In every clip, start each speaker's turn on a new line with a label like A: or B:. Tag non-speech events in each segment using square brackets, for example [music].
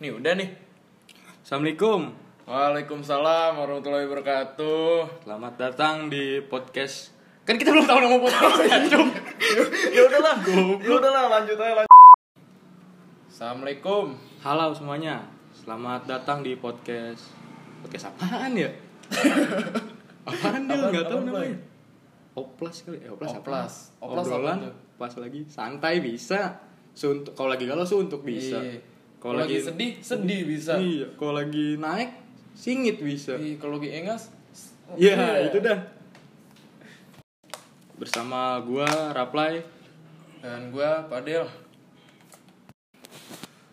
A: Nih udah nih.
B: Assalamualaikum
A: Waalaikumsalam warahmatullahi wabarakatuh.
B: Selamat datang di podcast
A: Kan kita belum tahu nama podcast [laughs] ya, Cuk. ya udahlah, goblok. udahlah, lanjut aja lanjut. Assalamualaikum.
B: Halo semuanya Selamat datang di podcast Podcast apaan
A: [laughs]
B: ya? apaan dia?
A: Apaan-
B: Gak tau
A: apaan, Boy?
B: namanya Oplas kali ya? Oplas,
A: Oplas. Oplas
B: apaan?
A: apaan
B: Obrolan
A: tuh?
B: Pas lagi Santai bisa Suntuk Kalau lagi galau suntuk bisa
A: Iya. Kalau lagi sedih, sedih bisa.
B: Iya Kalau lagi naik Singit bisa
A: Iya, Kalau lagi engas,
B: Iya itu dah Bersama gua Raplai
A: dan gua Padel.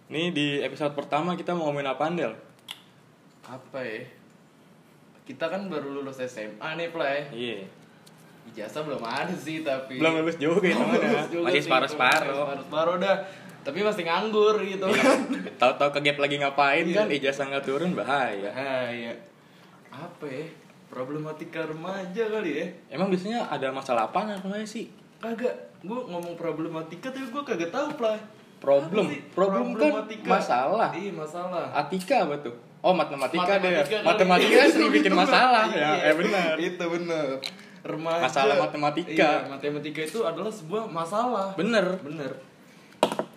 B: Nih di episode pertama kita mau ngomongin apaan Del?
A: Apa ya? Kita kan baru lulus SMA nih, Play.
B: Iya
A: Ijazah belum ada sih, tapi
B: Belum lulus juga ya teman ya. Masih separuh-separuh.
A: Separuh separuh dah. Tapi masih nganggur gitu kan.
B: Tahu-tahu ke gap lagi ngapain
A: Iya.
B: kan ijazah nggak turun bahaya.
A: Ah, iya. Apa ya? Problematika remaja kali ya?
B: Emang biasanya ada masalah apa namanya sih?
A: Kagak. Gue ngomong problematika tapi gue kagak tahu play.
B: Problem.
A: Apa sih?
B: Problem kan
A: Problematika.
B: masalah.
A: Iya masalah.
B: Atika apa tuh? Oh matematika,
A: Matematika
B: deh.
A: kali.
B: Matematika kan sering bikin masalah.
A: Iya.
B: ya, eh benar.
A: Itu benar. Remaja.
B: Masalah matematika.
A: Iya, matematika itu adalah sebuah masalah.
B: Bener.
A: Bener.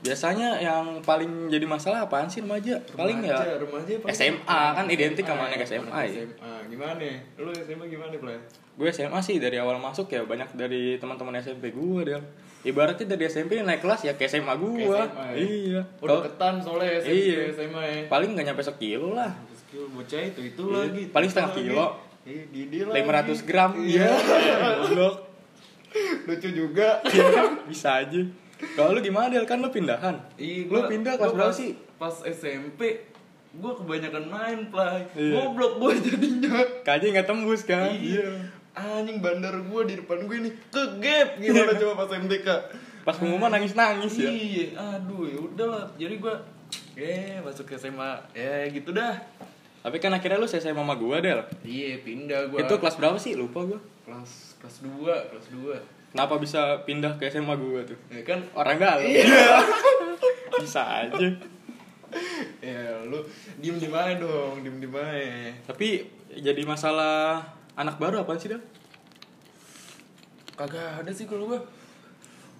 B: Biasanya yang paling jadi masalah apaan sih remaja? Paling ya
A: Remaja, remaja paling-
B: SMA kan identik
A: Ah,
B: sama anak
A: iya,
B: SMA ya.
A: SMA. Gimana? Lu SMA gimana, Play?
B: Gue SMA sih dari awal masuk ya banyak dari teman-teman SMP gue Del. Ibaratnya dari SMP naik kelas ya ke SMA gue.
A: Ke SMA, ya?
B: Iya.
A: Udah
B: Kalau-
A: ketan soalnya SMA,
B: Iya.
A: SMA ya.
B: paling nggak nyampe sekilo lah
A: Skill bocah itu itu
B: Iya,
A: lagi.
B: paling setengah
A: Itu lagi.
B: kilo.
A: Iya, Didi lagi.
B: 500 gram
A: Iya.
B: [laughs] goblok
A: Lucu juga.
B: Iya, bisa aja kalau lu gimana Del kan lu pindahan
A: Iya,
B: lu
A: gua-
B: pindah
A: gua
B: kelas berapa sih
A: Pas SMP gua kebanyakan main play.
B: Iya.
A: Goblok gua [laughs] jadinya.
B: KJ nggak tembus kan
A: Iya. Anjing bandar gua di depan gue nih ke gap gimana coba pas MTK.
B: pas pengumuman nangis Iya. nangis ya
A: Iya, aduh ya udahlah. Jadi gua eh masuk ke SMA ya gitu dah.
B: tapi kan akhirnya lu saya mama gua Del
A: Iya, pindah gua.
B: itu kelas berapa sih lupa gua
A: kelas kelas 2, kelas 2.
B: kenapa bisa pindah ke SMA gua tuh
A: Ya kan
B: orang galau bisa aja
A: ya lu diem diem aja dong, diem diem
B: ya?
A: aja.
B: tapi jadi masalah anak baru apaan sih Del
A: Kagak ada sih kalau gua.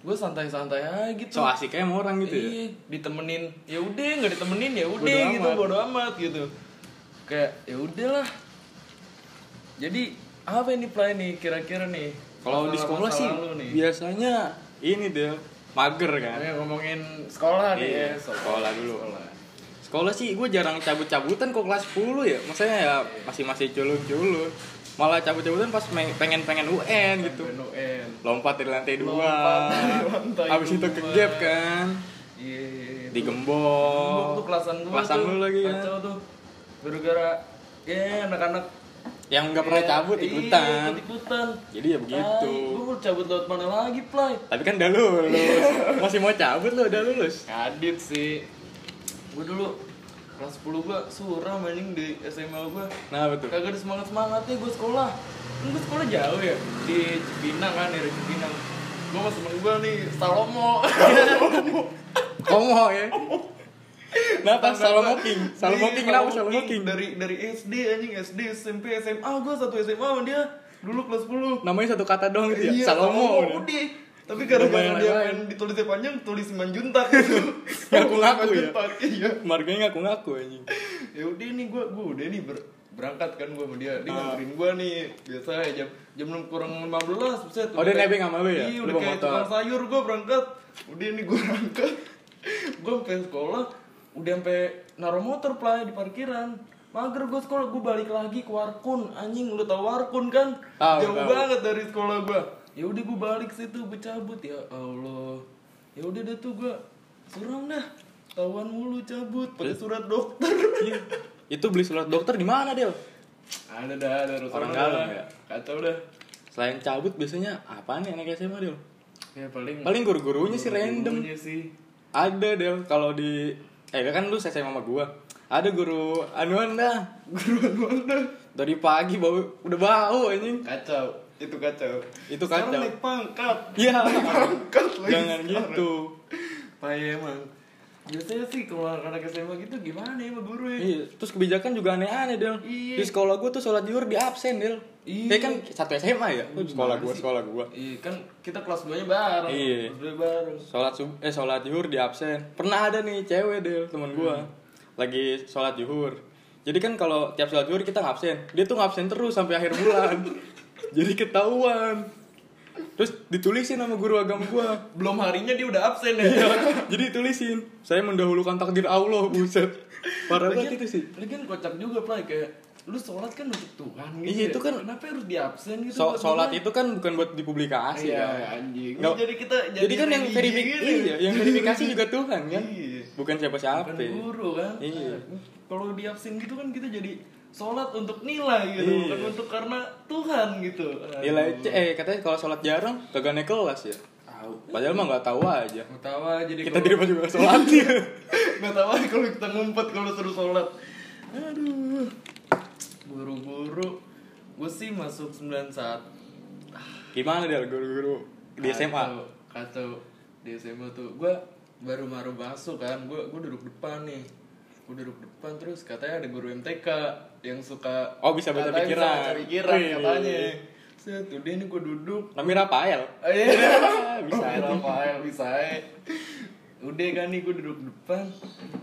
A: Gua santai-santai aja gitu.
B: so asik kayak sama orang gitu ya
A: Iya, ditemenin. Ya udah, nggak ditemenin ya udah
B: Bodo
A: gitu,
B: amat.
A: bodo amat gitu. Kayak ya udahlah. Jadi apa ini play nih kira-kira nih?
B: Kalau di sekolah
A: Masalah-masalah
B: sih
A: lu nih.
B: biasanya ini deh mager kan.
A: Ini ngomongin sekolah nih
B: Iya,
A: ya,
B: sekolah dulu.
A: Sekolah.
B: Sekolah sih gue jarang cabut-cabutan kok kelas 10 ya. Maksudnya ya masih masih culun-culun. Malah cabut-cabutan pas me- pengen-pengen UN gitu.
A: Ben UN.
B: Lompat dari lantai dua.
A: Lompat dari lantai
B: Habis itu ke
A: dua.
B: gap kan.
A: Iya. iya, iya. Tuh, tuh
B: Digembok.
A: kelasan dulu.
B: Kelasan
A: tuh.
B: lu lagi ya.
A: Kacau tuh. Gara-gara ya anak-anak
B: Yang nggak pernah
A: ya,
B: cabut
A: iya,
B: ikutan.
A: ikut-ikutan.
B: Jadi ya begitu.
A: Gue mau cabut lewat mana lagi, Play?
B: Tapi kan udah
A: [laughs]
B: lulus. Masih mau cabut lo udah lulus.
A: Kadit sih. Gue dulu kelas 10 gue suram anjing di SMA gue.
B: Nah, betul.
A: Kagak ada semangat semangatnya gue sekolah. Kan gue sekolah jauh ya di Cipinang kan dari Cipinang. Gue sama temen gue nih Salomo. [laughs]
B: Komo ya. Kenapa? Salomo King.
A: Oh.
B: Salomo
A: Iya,
B: King kenapa Salomo King?
A: Dari dari SD anjing SD SMP SMA gue satu SMA sama dia dulu kelas 10.
B: namanya satu kata doang gitu ya
A: Iya,
B: Salomo, udah.
A: udah. Tapi gara-gara
B: Lumayan
A: dia
B: lain.
A: main ditulisnya panjang, tulis manjuntak gitu.
B: [laughs] Ngaku-ngaku ya?
A: Manjuntak, Iya.
B: marganya ngaku ngaku anjing
A: ya udah nih gue gue udah nih ber- berangkat kan gue sama dia dia
B: Ah.
A: nganterin gue nih biasa ya jam jam enam kurang lima belas bisa
B: Oh, dia nebeng sama lu ya?
A: iya
B: Lu
A: udah
B: bawa
A: kayak
B: motor.
A: tukang sayur gue berangkat udah nih gue berangkat gue sampai sekolah udah sampai naruh motor play di parkiran mager gue sekolah gue balik lagi ke warkun anjing lu tau warkun kan
B: Tahu,
A: jauh
B: tahu.
A: banget dari sekolah gue ya udah gue balik situ gue cabut ya allah ya udah deh tuh gue suram dah Tauan mulu cabut pakai surat dokter
B: Iya. itu beli surat dokter di mana Del
A: ada dah ada rusak
B: Orang
A: dah.
B: dalam ya?
A: kacau dah
B: selain cabut biasanya apaan ya anak SMA Del
A: ya paling
B: paling guru-gurunya sih random
A: gurunya sih
B: ada Del kalau di eh kan lu SMA sama gua ada guru anuan dah
A: guru anda
B: dari pagi bau udah bau anjing
A: kacau itu kacau
B: Itu
A: Sekarang
B: kacau.
A: naik
B: [laughs]
A: pangkat
B: Iya.
A: [laughs] Naik pangkat lagi
B: Jangan
A: sekarang.
B: gitu.
A: payah emang biasanya sih kalau anak SMA gitu gimana ya sama guru ya
B: Iya, terus kebijakan juga aneh-aneh Del.
A: Iya.
B: Di sekolah gua tuh sholat zuhur di absen Del.
A: Iya.
B: Kayak kan satu SMA ya. Sekolah gua,
A: sih?
B: sekolah gua.
A: Iya kan kita kelas 2 nya bareng
B: Iya.
A: kelas 2 bareng
B: Sholat sub eh sholat zuhur di absen. Pernah ada nih cewek Del,
A: Hmm.
B: teman gua. Lagi sholat zuhur. Jadi kan kalau tiap sholat zuhur kita ngabsen. Dia tuh ngabsen terus sampai akhir bulan. [laughs] Jadi ketahuan. Terus ditulisin sama guru agama gua. [laughs]
A: belum harinya dia udah absen ya [laughs]
B: Iya, jadi tulisin saya mendahulukan takdir Allah buset parah banget itu sih
A: Lagian kocak juga play kayak lu sholat kan untuk Tuhan gitu.
B: Iya,
A: ya.
B: itu kan-
A: kenapa harus di absen gitu?
B: so
A: buat
B: sholat
A: gua?
B: itu kan bukan buat dipublikasi
A: Iya,
B: ya
A: anjing.
B: Nggak-
A: jadi kita
B: jadi, kan yang
A: religi
B: verifikasi
A: gitu.
B: iya, yang verifikasi
A: [laughs]
B: juga Tuhan kan
A: Iya.
B: bukan siapa siapa
A: Bukan guru kan.
B: ya? Iya.
A: Nah, Kalau di absen gitu kan kita jadi sholat untuk nilai gitu,
B: Iya.
A: bukan untuk karena Tuhan gitu. Aduh.
B: nilai C eh katanya kalau sholat jarang kagak naik kelas ya
A: Tahu.
B: padahal mah nggak tahu aja
A: Nggak tahu aja jadi
B: kita
A: [laughs]
B: diri juga sholat ya
A: Gak tahu aja kalau kita ngumpet kalau suruh sholat Aduh Buru-buru Gue sih masuk 91
B: gimana dia guru-guru di SMA
A: Kacau, kacau. Di SMA tuh Gue baru-baru masuk kan Gue gua duduk depan nih Gue duduk depan terus katanya ada guru MTK Yang suka
B: Oh, bisa baca
A: katanya
B: pikiran.
A: baca pikiran
B: Wih.
A: katanya Set, udah nih gue duduk
B: namanya Rafael
A: Ah, Iya
B: bisa
A: [laughs] bisa Rafael bisa aja. Udah kan nih gue duduk depan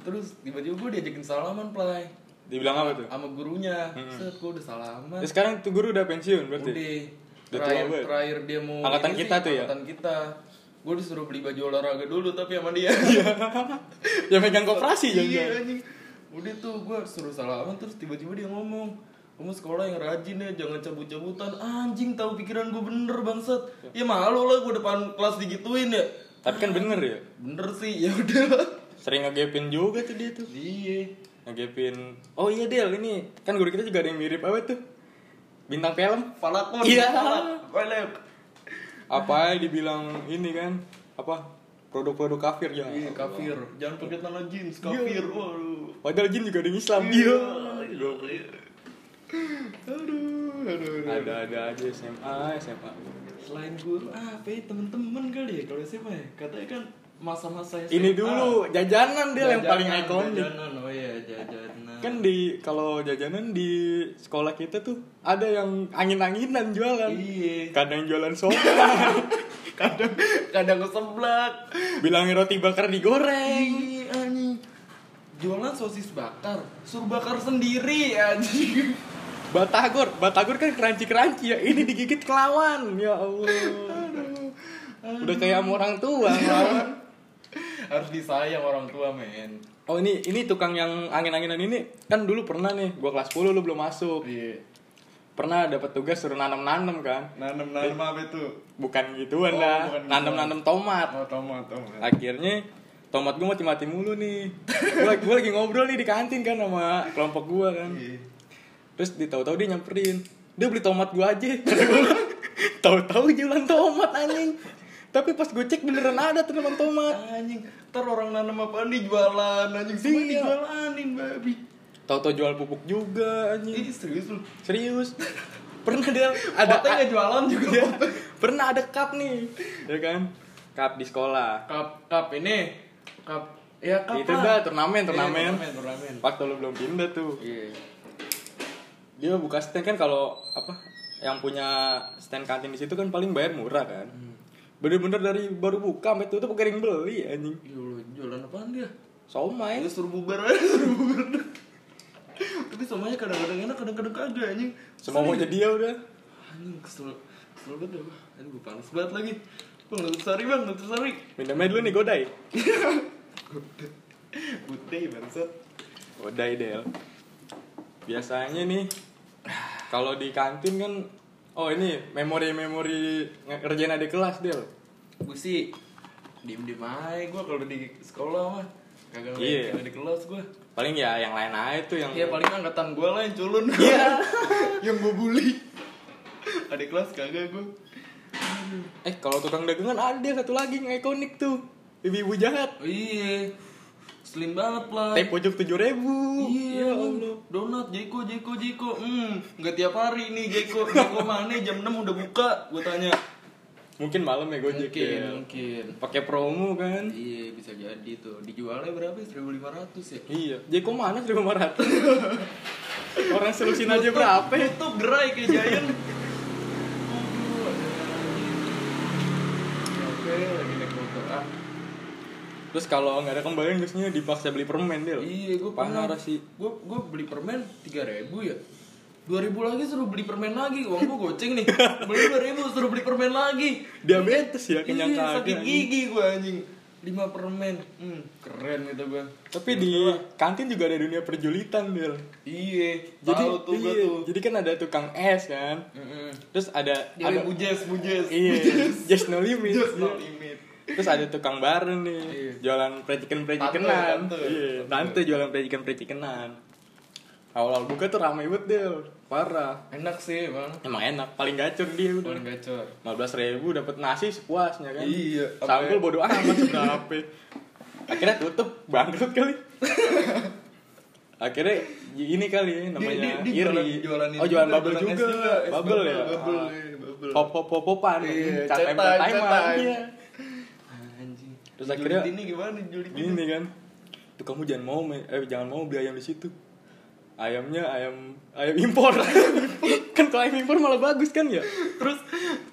A: Terus tiba-tiba gue diajakin salaman play
B: dibilang apa tuh
A: sama gurunya set gue udah salaman
B: Ya, sekarang tuh guru udah pensiun berarti [laughs]
A: udah
B: Udah
A: terakhir
B: tua banget.
A: terakhir dia mau
B: Angkatan
A: ini
B: kita tuh ya?
A: angkatan kita gue disuruh beli baju olahraga dulu tapi sama dia
B: yang Ya, megang koperasi
A: iya
B: jangan
A: anjing udah tuh gue suruh salaman terus tiba-tiba dia ngomong kamu sekolah yang rajin ya jangan cabut-cabutan anjing tahu pikiran gue bener bangsat ya malu lah gue depan kelas digituin ya
B: tapi kan bener ya
A: bener sih ya udah lah.
B: sering ngegepin juga tuh dia tuh
A: iya
B: ngegepin oh iya Del ini kan guru kita juga ada yang mirip apa tuh bintang film
A: falakon
B: Iya.
A: Falak. Falak.
B: apa dibilang ini kan apa produk-produk kafir ya
A: iya kafir jangan pakai tanah jeans
B: Iya.
A: kafir waduh
B: padahal jin juga ada yang Islam
A: Iya.
B: aduh aduh ada ada aja SMA SMA
A: Selain guru apa ya temen-temen kali ya kalau SMA ya? Katanya kan masa-masa SMA.
B: ini dulu jajanan Del yang
A: Jajanan,
B: paling ikonik
A: Jajanan, oh iya jajanan.
B: kan di kalau jajanan di sekolah kita tuh ada yang angin-anginan jualan
A: Iya.
B: kadang jualan soto [laughs]
A: Kadang kadang keseblak.
B: bilangin roti bakar digoreng
A: Iya anjing. Jualan sosis bakar, suruh bakar sendiri anjing.
B: batagor batagor kan keranci keranci ya ini digigit kelawan ya allah udah kayak sama orang tua ngelawan.
A: Harus disayang orang tua men.
B: oh ini ini tukang yang angin anginan ini kan dulu pernah nih gua kelas 10 lu belum masuk
A: Iya.
B: pernah dapat tugas suruh nanam nanam kan
A: Nanem nanem apa itu?
B: bukan gituan
A: Oh,
B: dah
A: bukan gitu.
B: nanam nanam tomat
A: Oh, tomat, tomat.
B: akhirnya tomat gue mati mati mulu nih gue lagi, gua lagi ngobrol nih di kantin kan sama kelompok gue kan
A: Iya.
B: terus ditahu-tahu dia nyamperin dia beli tomat gue aja [laughs] tahu-tahu jualan tomat anjing tapi pas gue cek beneran ada tuh jualan tomat
A: Anjing, ntar orang nanam apa nih jualan anjing semua
B: Iya.
A: dijualanin babi.
B: tahu-tahu jual pupuk juga anjing
A: Ih serius lu.
B: serius pernah dia ada
A: Potnya nggak jualan juga.
B: Iya. pernah ada cup nih ya kan cup di sekolah
A: Cup cup ini cup ya cup
B: itu
A: lah.
B: dah
A: Iya,
B: turnamen turnamen
A: turnamen turnamen.
B: waktu lu belum pindah tuh
A: Iya.
B: dia buka stand kan kalau apa yang punya stand kantin di situ kan paling bayar murah kan bener-bener dari baru buka sampai tutup kering beli anjing
A: Ya Allah, jualan apaan dia?
B: somai
A: Dia suruh bubar aja, [laughs] suruh bubar. Tapi semuanya kadang-kadang enak, kadang-kadang kagak anjing.
B: semua mau jadi dia udah
A: Anjing kesel. Kesel banget dah. Aduh, gue panas banget lagi. Bang, sari bang, sari. [laughs]
B: minumnya dulu nih godai
A: Putih bangsat.
B: godai del biasanya nih kalau di kantin kan oh ini memori-memori ngerjain adik kelas del
A: gue sih diem diem aja gue kalau di sekolah mah kagak
B: Iya.
A: yeah. di kelas gue
B: paling ya yang lain aja tuh yang
A: ya paling angkatan gue lah yang culun
B: Iya.
A: [laughs] yang gue bully ada kelas kagak gue
B: eh kalau tukang dagangan ada satu lagi yang ikonik tuh ibu-ibu jahat
A: Oh, iya slim banget play
B: Teh pojok tujuh ribu. Ya
A: Iya, Allah. Donat, Jeko, Jeko, Jeko. Hmm, nggak tiap hari nih Jeko. Jeko mana jam 6 udah buka? Gue tanya.
B: Mungkin malam ya gojek
A: Mungkin,
B: ya.
A: mungkin.
B: Pakai promo kan?
A: Iya, bisa jadi tuh. Dijualnya berapa? ya? 1500 ya.
B: Iya. Jeko mana seribu lima ratus? [laughs] Orang selusin aja berapa? ya?
A: Tutup gerai kayak Giant. Oke, lagi naik motor. Ah,
B: Terus kalau nggak ada kembalian biasanya dipaksa beli permen deh.
A: Iya, gue
B: parah sih.
A: Gue gue beli permen 3000 ya. 2000 lagi suruh beli permen lagi. Uang gue goceng nih. Beli 2000 suruh beli permen lagi.
B: Diabetes ya kenyang
A: Iya, sakit
B: kagak.
A: gigi gue anjing. 5 permen. Hmm, keren gitu gue.
B: Tapi di kantin juga ada dunia perjulitan, Del.
A: Iya,
B: Jadi,
A: tahu tuh gue
B: iya,
A: tuh.
B: jadi kan ada tukang es kan.
A: Mm-mm.
B: Terus ada
A: Dia
B: ada
A: bujes, bujes.
B: iya, [laughs] just no limit.
A: Just
B: Iya.
A: no limit.
B: Terus ada tukang bareng nih,
A: Iya.
B: jualan preciken-precikenan.
A: Tante, tante.
B: Iya, tante jualan preciken-precikenan. Awal-awal buka tuh ramai banget, Del. Parah.
A: Enak sih, Bang.
B: Emang enak, paling gacor dia udah.
A: Paling gacor.
B: 15 ribu dapat nasi sepuasnya kan.
A: Iya,
B: Sambal
A: apa-
B: bodo amat seberapa. Akhirnya tutup, bangkrut
A: [laughs]
B: kali. Akhirnya ini kali
A: Di-
B: namanya
A: di- di
B: iri.
A: jualan- jualan ini
B: oh, jualan
A: juga,
B: bubble
A: jualan es
B: juga.
A: juga, es
B: Bubble ya.
A: bubble,
B: Ah.
A: iya, bubble.
B: Pop pop pop popan.
A: Iya,
B: Cat time
A: cetan,
B: time
A: cetan.
B: iya.
A: Anjing.
B: Terus
A: Dijulit
B: akhirnya-
A: ini gimana dijulit ini?
B: Gini kan. Tuh kamu jangan mau me- eh jangan mau beli ayam di situ. Ayamnya ayam ayam impor. [laughs] kan kalau ayam impor malah bagus kan ya?
A: Terus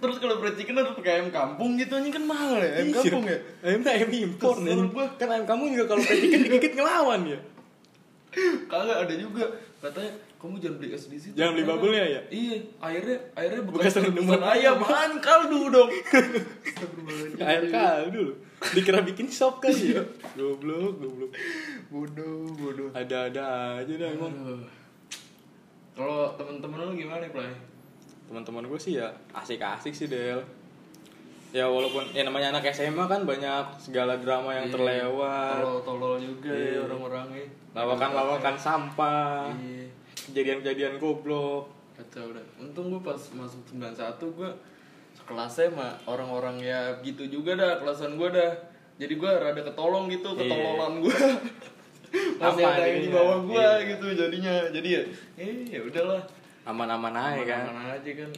A: terus kalau fried chicken harus pakai ayam kampung gitu anjing kan mahal ya ayam
B: Iya.
A: kampung ya.
B: Ayamnya ayam impor nih.
A: Kesel gua.
B: Kan ayam kamu juga kalau petikan dikit ngelawan ya.
A: Kagak ada juga katanya kamu jangan beli es di situ.
B: Jangan beli
A: Kenapa?
B: bubble-nya ya?
A: Iya, airnya airnya
B: Bekas
A: bekas
B: rendaman
A: rendaman ayam kan kaldu
B: [laughs]
A: dong. Iya,
B: Ayam kaldu loh. Dikira bikin sop kan ya. Goblok, goblok.
A: bodoh, bodoh.
B: Ada-ada aja dah Iya, emang.
A: Aduh. Kalau temen-temen lu gimana, Play?
B: Teman-teman gue sih ya asik-asik sih Del. Ya walaupun ya namanya anak SMA kan banyak segala drama yang
A: Iya.
B: terlewat.
A: Tolol-tolol juga
B: Iya.
A: ya orang-orangnya.
B: Lawakan-lawakan sampah.
A: Iya.
B: Kejadian-kejadian goblok.
A: Kacau udah. Untung gue pas masuk 91 gue sekelasnya mah orang-orang ya gitu juga dah kelasan gue dah. Jadi gue rada ketolong gitu
B: Iya.
A: ketololan
B: [laughs]
A: gue. Masih
B: Apa
A: ada yang di
B: jadinya?
A: bawah gue
B: Iya.
A: gitu jadinya. Jadi ya, eh ya udahlah.
B: Aman-aman aja kan.
A: Mana aja kan.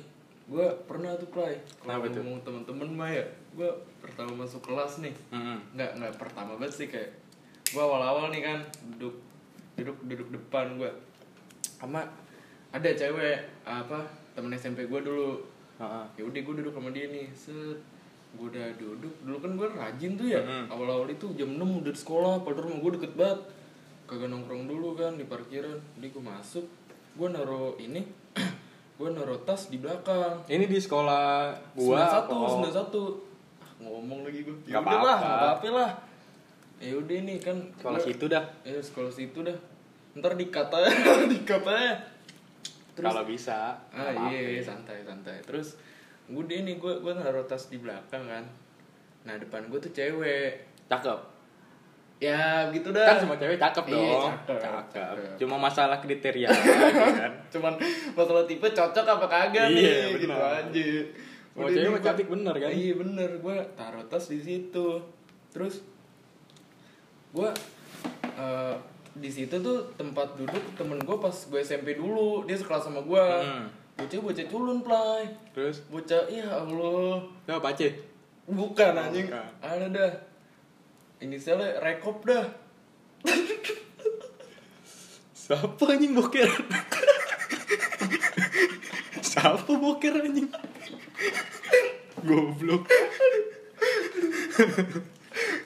A: Gue pernah tuh play. Kalau
B: Kenapa tuh?
A: ngomong temen-temen mah ya, gue pertama masuk kelas nih.
B: Mm-mm.
A: nggak nggak pertama banget sih kayak gue awal-awal nih kan duduk duduk duduk depan gue sama ada cewek apa temen SMP gue dulu
B: Ha-ha.
A: ya udah gue duduk sama dia nih set gue udah duduk dulu kan gue rajin tuh ya
B: Mhm.
A: awal-awal itu jam 6 udah di sekolah padahal rumah gue deket banget kagak nongkrong dulu kan di parkiran jadi gue masuk gue naro ini [clears throat] gue naro tas di belakang
B: Ini di sekolah gua oh,
A: satu
B: apa?
A: sembilan satu ngomong lagi gue
B: Nggak
A: Yaudah lah
B: apa-apa.
A: nggak apa-apa lah ya udah ini kan
B: sekolah
A: gua-
B: situ dah
A: ya sekolah situ dah ntar dikata [laughs] dikatanya terus
B: kalau bisa
A: ah iya, iya, santai santai terus gue deh nih gue gue naruh tas di belakang kan nah depan gue tuh cewek
B: cakep
A: ya gitu
B: kan
A: dah
B: semua cewek cakep
A: Iya,
B: dong
A: cakep,
B: cakep.
A: cakep.
B: cuma masalah kriteria aja kan
A: cuman masalah tipe cocok apa kagak
B: Iya,
A: nih gitu
B: benar.
A: aja
B: Mau
A: Udah
B: cewek
A: nih,
B: mah
A: gua-
B: cantik bener kan?
A: iya bener gue taruh tas di situ terus gue eh, di situ tuh tempat duduk temen gue pas gue SMP dulu dia sekelas sama gue
B: Hmm.
A: bocah bocah culun play
B: terus
A: bocah iya allah
B: ya pace
A: bukan anjing
B: bukan.
A: ada dah inisialnya rekop dah [laughs]
B: siapa anjing boker siapa boker anjing goblok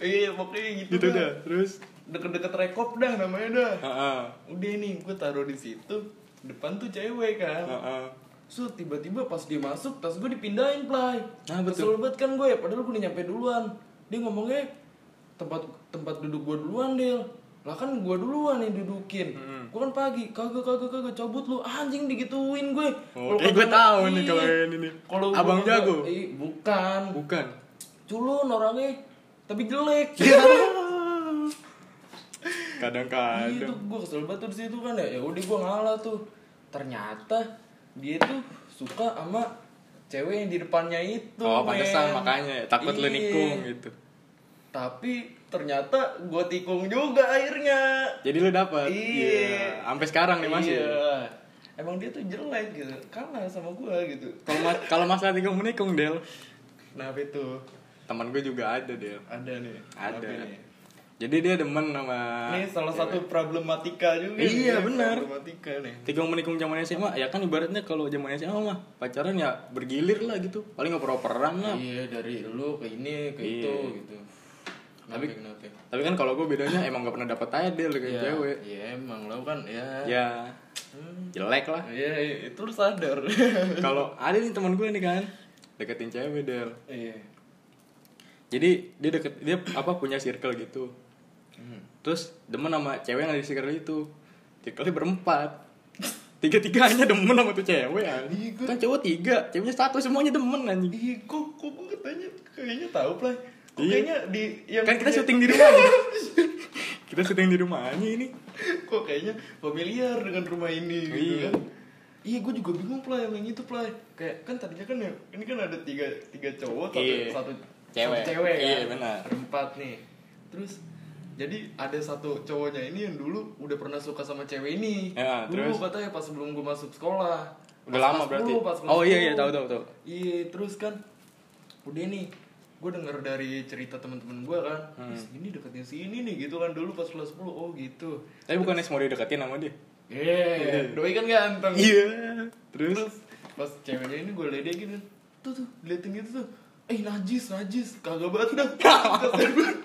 A: iya pokoknya gitu,
B: gitu
A: dah
B: dah terus
A: deket-deket rekop dah namanya dah
B: Heeh.
A: udah nih gue taruh di situ depan tuh cewek kan
B: Heeh.
A: so tiba-tiba pas dia masuk tas gue dipindahin play
B: Nah,
A: kesel
B: betul.
A: banget kan gue ya padahal gue udah nyampe duluan dia ngomongnya tempat tempat duduk gue duluan Del lah kan gue duluan yang dudukin
B: Mm-mm.
A: gue kan pagi kagak kagak kagak cabut lu anjing digituin gue Kalau
B: Oh, kayak gue
A: kagak-
B: tahu nih
A: Iya.
B: kalau yang ini.
A: kalau gua
B: Abang
A: kagak-
B: jago.
A: Ih, bukan [laughs]
B: Bukan.
A: culun orangnya tapi jelek
B: [laughs]
A: Iya
B: Kadang-kadang.
A: tuh gue kesel banget tuh di situ kan ya. Ya udah gue ngalah tuh. Ternyata dia tuh suka sama cewek yang di depannya itu.
B: Oh,
A: men.
B: pantesan makanya ya, takut lu
A: Iya.
B: nikung gitu.
A: tapi ternyata gue tikung juga akhirnya
B: Jadi lu dapat.
A: Iya.
B: Sampai sekarang nih ya? masih.
A: Iya. Emang dia tuh jelek gitu, kalah sama gua gitu.
B: Kalau mas kalau masalah tikung menikung Del,
A: Kenapa itu?
B: teman gue juga ada Del.
A: Ada nih.
B: Ada.
A: Kenapa Nih?
B: Jadi dia demen sama
A: Ini salah satu problematika juga.
B: Iya,
A: nih, ya.
B: benar.
A: Problematika nih.
B: tikung menikung zaman SMA ya kan ibaratnya kalau zaman SMA mah pacaran ya bergilir lah gitu. Paling oper-operan lah.
A: Iya dari lu ke ini ke itu gitu. Tapi kenapa?
B: Iya. Tapi kan kalau gue bedanya emang gak pernah dapet aja Del kayak cewek.
A: Iya emang lo kan ya.
B: Ya jelek lah.
A: Iya itu lu sadar. [laughs]
B: kalau ada nih teman gue nih kan deketin cewek Del.
A: Iya.
B: Jadi dia deket dia apa punya circle gitu.
A: Hmm.
B: Terus demen sama cewek yang ada di circle itu. Circle-nya berempat. Tiga-tiganya demen sama tuh cewek
A: Iya,
B: anjing.
A: gua-
B: Kan cowok tiga, ceweknya satu semuanya demen anjing.
A: Ih, kok kok gue tanya kayaknya tahu play. Kok
B: Iya.
A: kayaknya di yang
B: Kan kita
A: punya- [laughs]
B: syuting di rumah anjing. [laughs] Kita syuting di rumahnya ini.
A: [laughs] kok kayaknya familiar dengan rumah ini gitu
B: Iya.
A: kan iya gue juga bingung play yang itu play kayak kan tadinya kan ya- ini kan ada tiga tiga cowok satu
B: Iya.
A: satu
B: Cewek.
A: satu cewek kan
B: Iya, benar.
A: berempat nih terus jadi ada satu cowoknya ini yang dulu udah pernah suka sama cewek ini
B: Ya,
A: dulu
B: terus?
A: katanya pas sebelum gue masuk sekolah
B: Udah
A: Pas
B: lama
A: kelas
B: berarti.
A: 10, pas kelas
B: Oh iya iya
A: 10.
B: tahu tahu tahu.
A: Iya terus kan udah nih gue denger dari cerita teman-teman gue kan hmm. ini deketin si ini nih gitu kan dulu pas kelas 10 oh gitu
B: Tapi bukannya semua dia deketin sama dia.
A: Iya, doi kan ganteng.
B: Iya.
A: Terus,
B: Terus
A: pas ceweknya ini gue ledekin kan. Tuh tuh, liatin gitu tuh. Eh najis, najis. Kagak banget
B: [laughs]
A: dah. Kasian banget.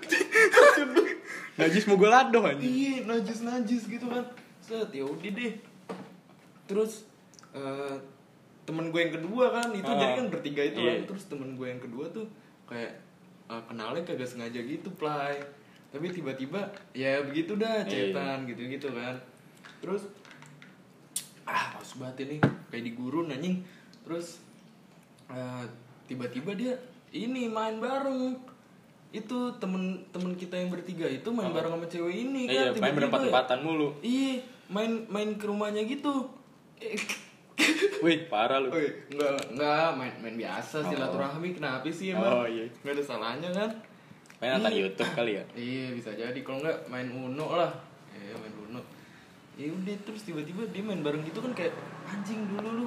A: Kasian banget.
B: najis mau gue ladoh anjing.
A: Iya, najis najis gitu kan. Set, ya udah deh. Terus eh temen gue yang kedua kan, itu
B: Ah.
A: jadi kan bertiga itu
B: Iya.
A: kan. Terus temen gue yang kedua tuh kayak eh, kenalnya kagak sengaja gitu, play. Tapi tiba-tiba ya begitu dah
B: Iya.
A: cetan gitu-gitu kan. Terus ah males banget ini kayak di gurun anjing terus eh, tiba-tiba dia ini main bareng itu temen temen kita yang bertiga itu main bareng sama cewek ini kan
B: Iya, main
A: tiba-tiba.
B: berempat-empatan mulu.
A: iya main main ke rumahnya gitu Eh,
B: Wih, parah lu.
A: Woi, enggak enggak main main biasa silaturahmi kenapa sih emang
B: Oh, iya.
A: nggak ada salahnya kan
B: Main nonton YouTube kali ya.
A: Iya bisa jadi kalau nggak main Uno lah. Iya main Uno. Ya udah terus tiba-tiba dia main bareng gitu kan kayak anjing dulu lu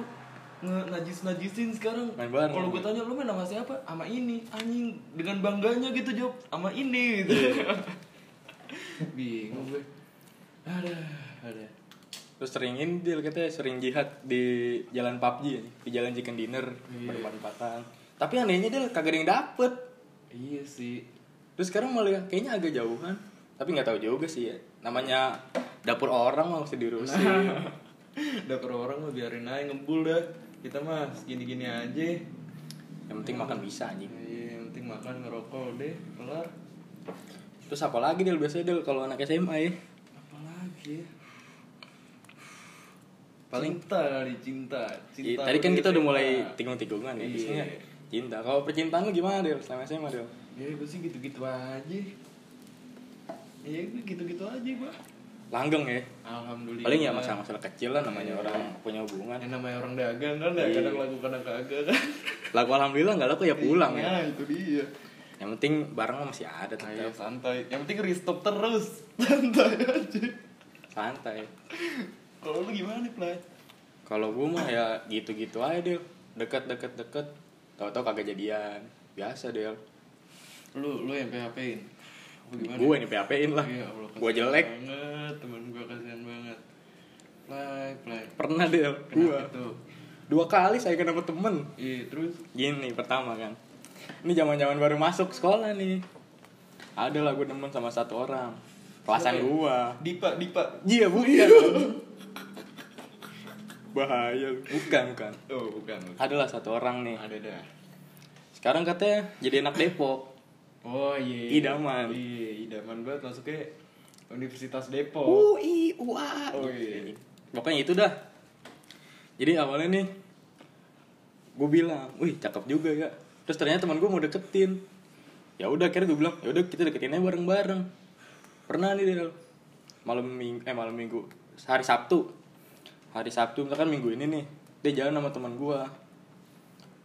A: nge najis najisin sekarang.
B: Main bareng.
A: Kalau gue tanya lu main sama siapa? Sama ini anjing dengan bangganya gitu jawab sama ini gitu. [laughs] Bingung gue. Ada ada.
B: Terus sering ini dia katanya sering jihad di jalan PUBG ya, di jalan chicken dinner
A: Iya.
B: berempat-empatan. Tapi anehnya dia kagak ada yang dapet.
A: Iya [laughs] sih.
B: Terus sekarang malah kayaknya agak jauhan. Tapi nggak tahu juga sih ya. Namanya dapur orang mah mesti [laughs] diurusin.
A: Dapur orang mah biarin aja ngebul dah. Kita mah segini-gini aja.
B: yang penting makan bisa anjing.
A: Iya, yang penting makan ngerokok deh, kelar.
B: Terus apa lagi dia biasanya dia kalau anak SMA ya?
A: Apalagi ya?
B: Paling-
A: cinta kali cinta,
B: Iya,
A: cinta.
B: tadi kan
A: udah
B: kita udah
A: cinta.
B: mulai tigung-tigungan ya
A: Iya.
B: biasanya cinta. Kalau percintaan lu gimana Del sama SMA Del?
A: Ya gue sih gitu-gitu aja. Ya gue gitu-gitu aja gue.
B: Langgeng ya.
A: Alhamdulillah. Iya.
B: Paling ya masalah-masalah kecil lah namanya orang punya hubungan.
A: Yang namanya orang dagang kan ya
B: Iya.
A: kadang laku kadang kagak
B: [laughs]
A: kan.
B: Lagu alhamdulillah nggak laku ya pulang ya.
A: Nah, itu dia.
B: Yang penting barang mah masih ada
A: Ayo
B: tetap
A: santai. Yang penting restock terus. [laughs] Santai aja.
B: santai.
A: Kalau lu gimana, Play?
B: Kalau gue mah ya gitu-gitu aja Del. Dekat dekat dekat. Tahu-tahu kagak jadian. Biasa Del.
A: Lu lu yang PHP-in. Apa gimana?
B: Gue ini PHP-in lah.
A: Iya, Allah,
B: Gue
A: kasihan
B: jelek.
A: banget, temen gue kasihan banget. Play, play.
B: Pernah Del. Gue
A: Kenapa tuh?
B: dua kali saya kena temen.
A: Iya, terus
B: Gini pertama kan. Ini zaman-zaman baru masuk sekolah nih. Ada lah gue demen sama satu orang. Kelasan
A: Siapa ya?
B: gua.
A: Dipa, Dipa.
B: Iya
A: [laughs]
B: bukan. Bahaya. lu. Bukan bukan.
A: Oh, bukan. bukan.
B: Adalah satu orang nih.
A: Ada dah.
B: Sekarang katanya jadi anak Depok.
A: Oh, iya.
B: Idaman.
A: Iya, idaman banget masuknya Universitas Depok.
B: UI, UA.
A: Oh, iya.
B: Pokoknya itu dah. Jadi awalnya nih gue bilang, "Wih, cakep juga ya." Terus ternyata teman gue mau deketin. Ya udah akhirnya gue bilang, "Ya udah kita deketinnya bareng-bareng." Pernah nih Del. Malam minggu eh malam minggu, hari Sabtu. Hari Sabtu misalkan minggu ini nih, dia jalan sama teman gua.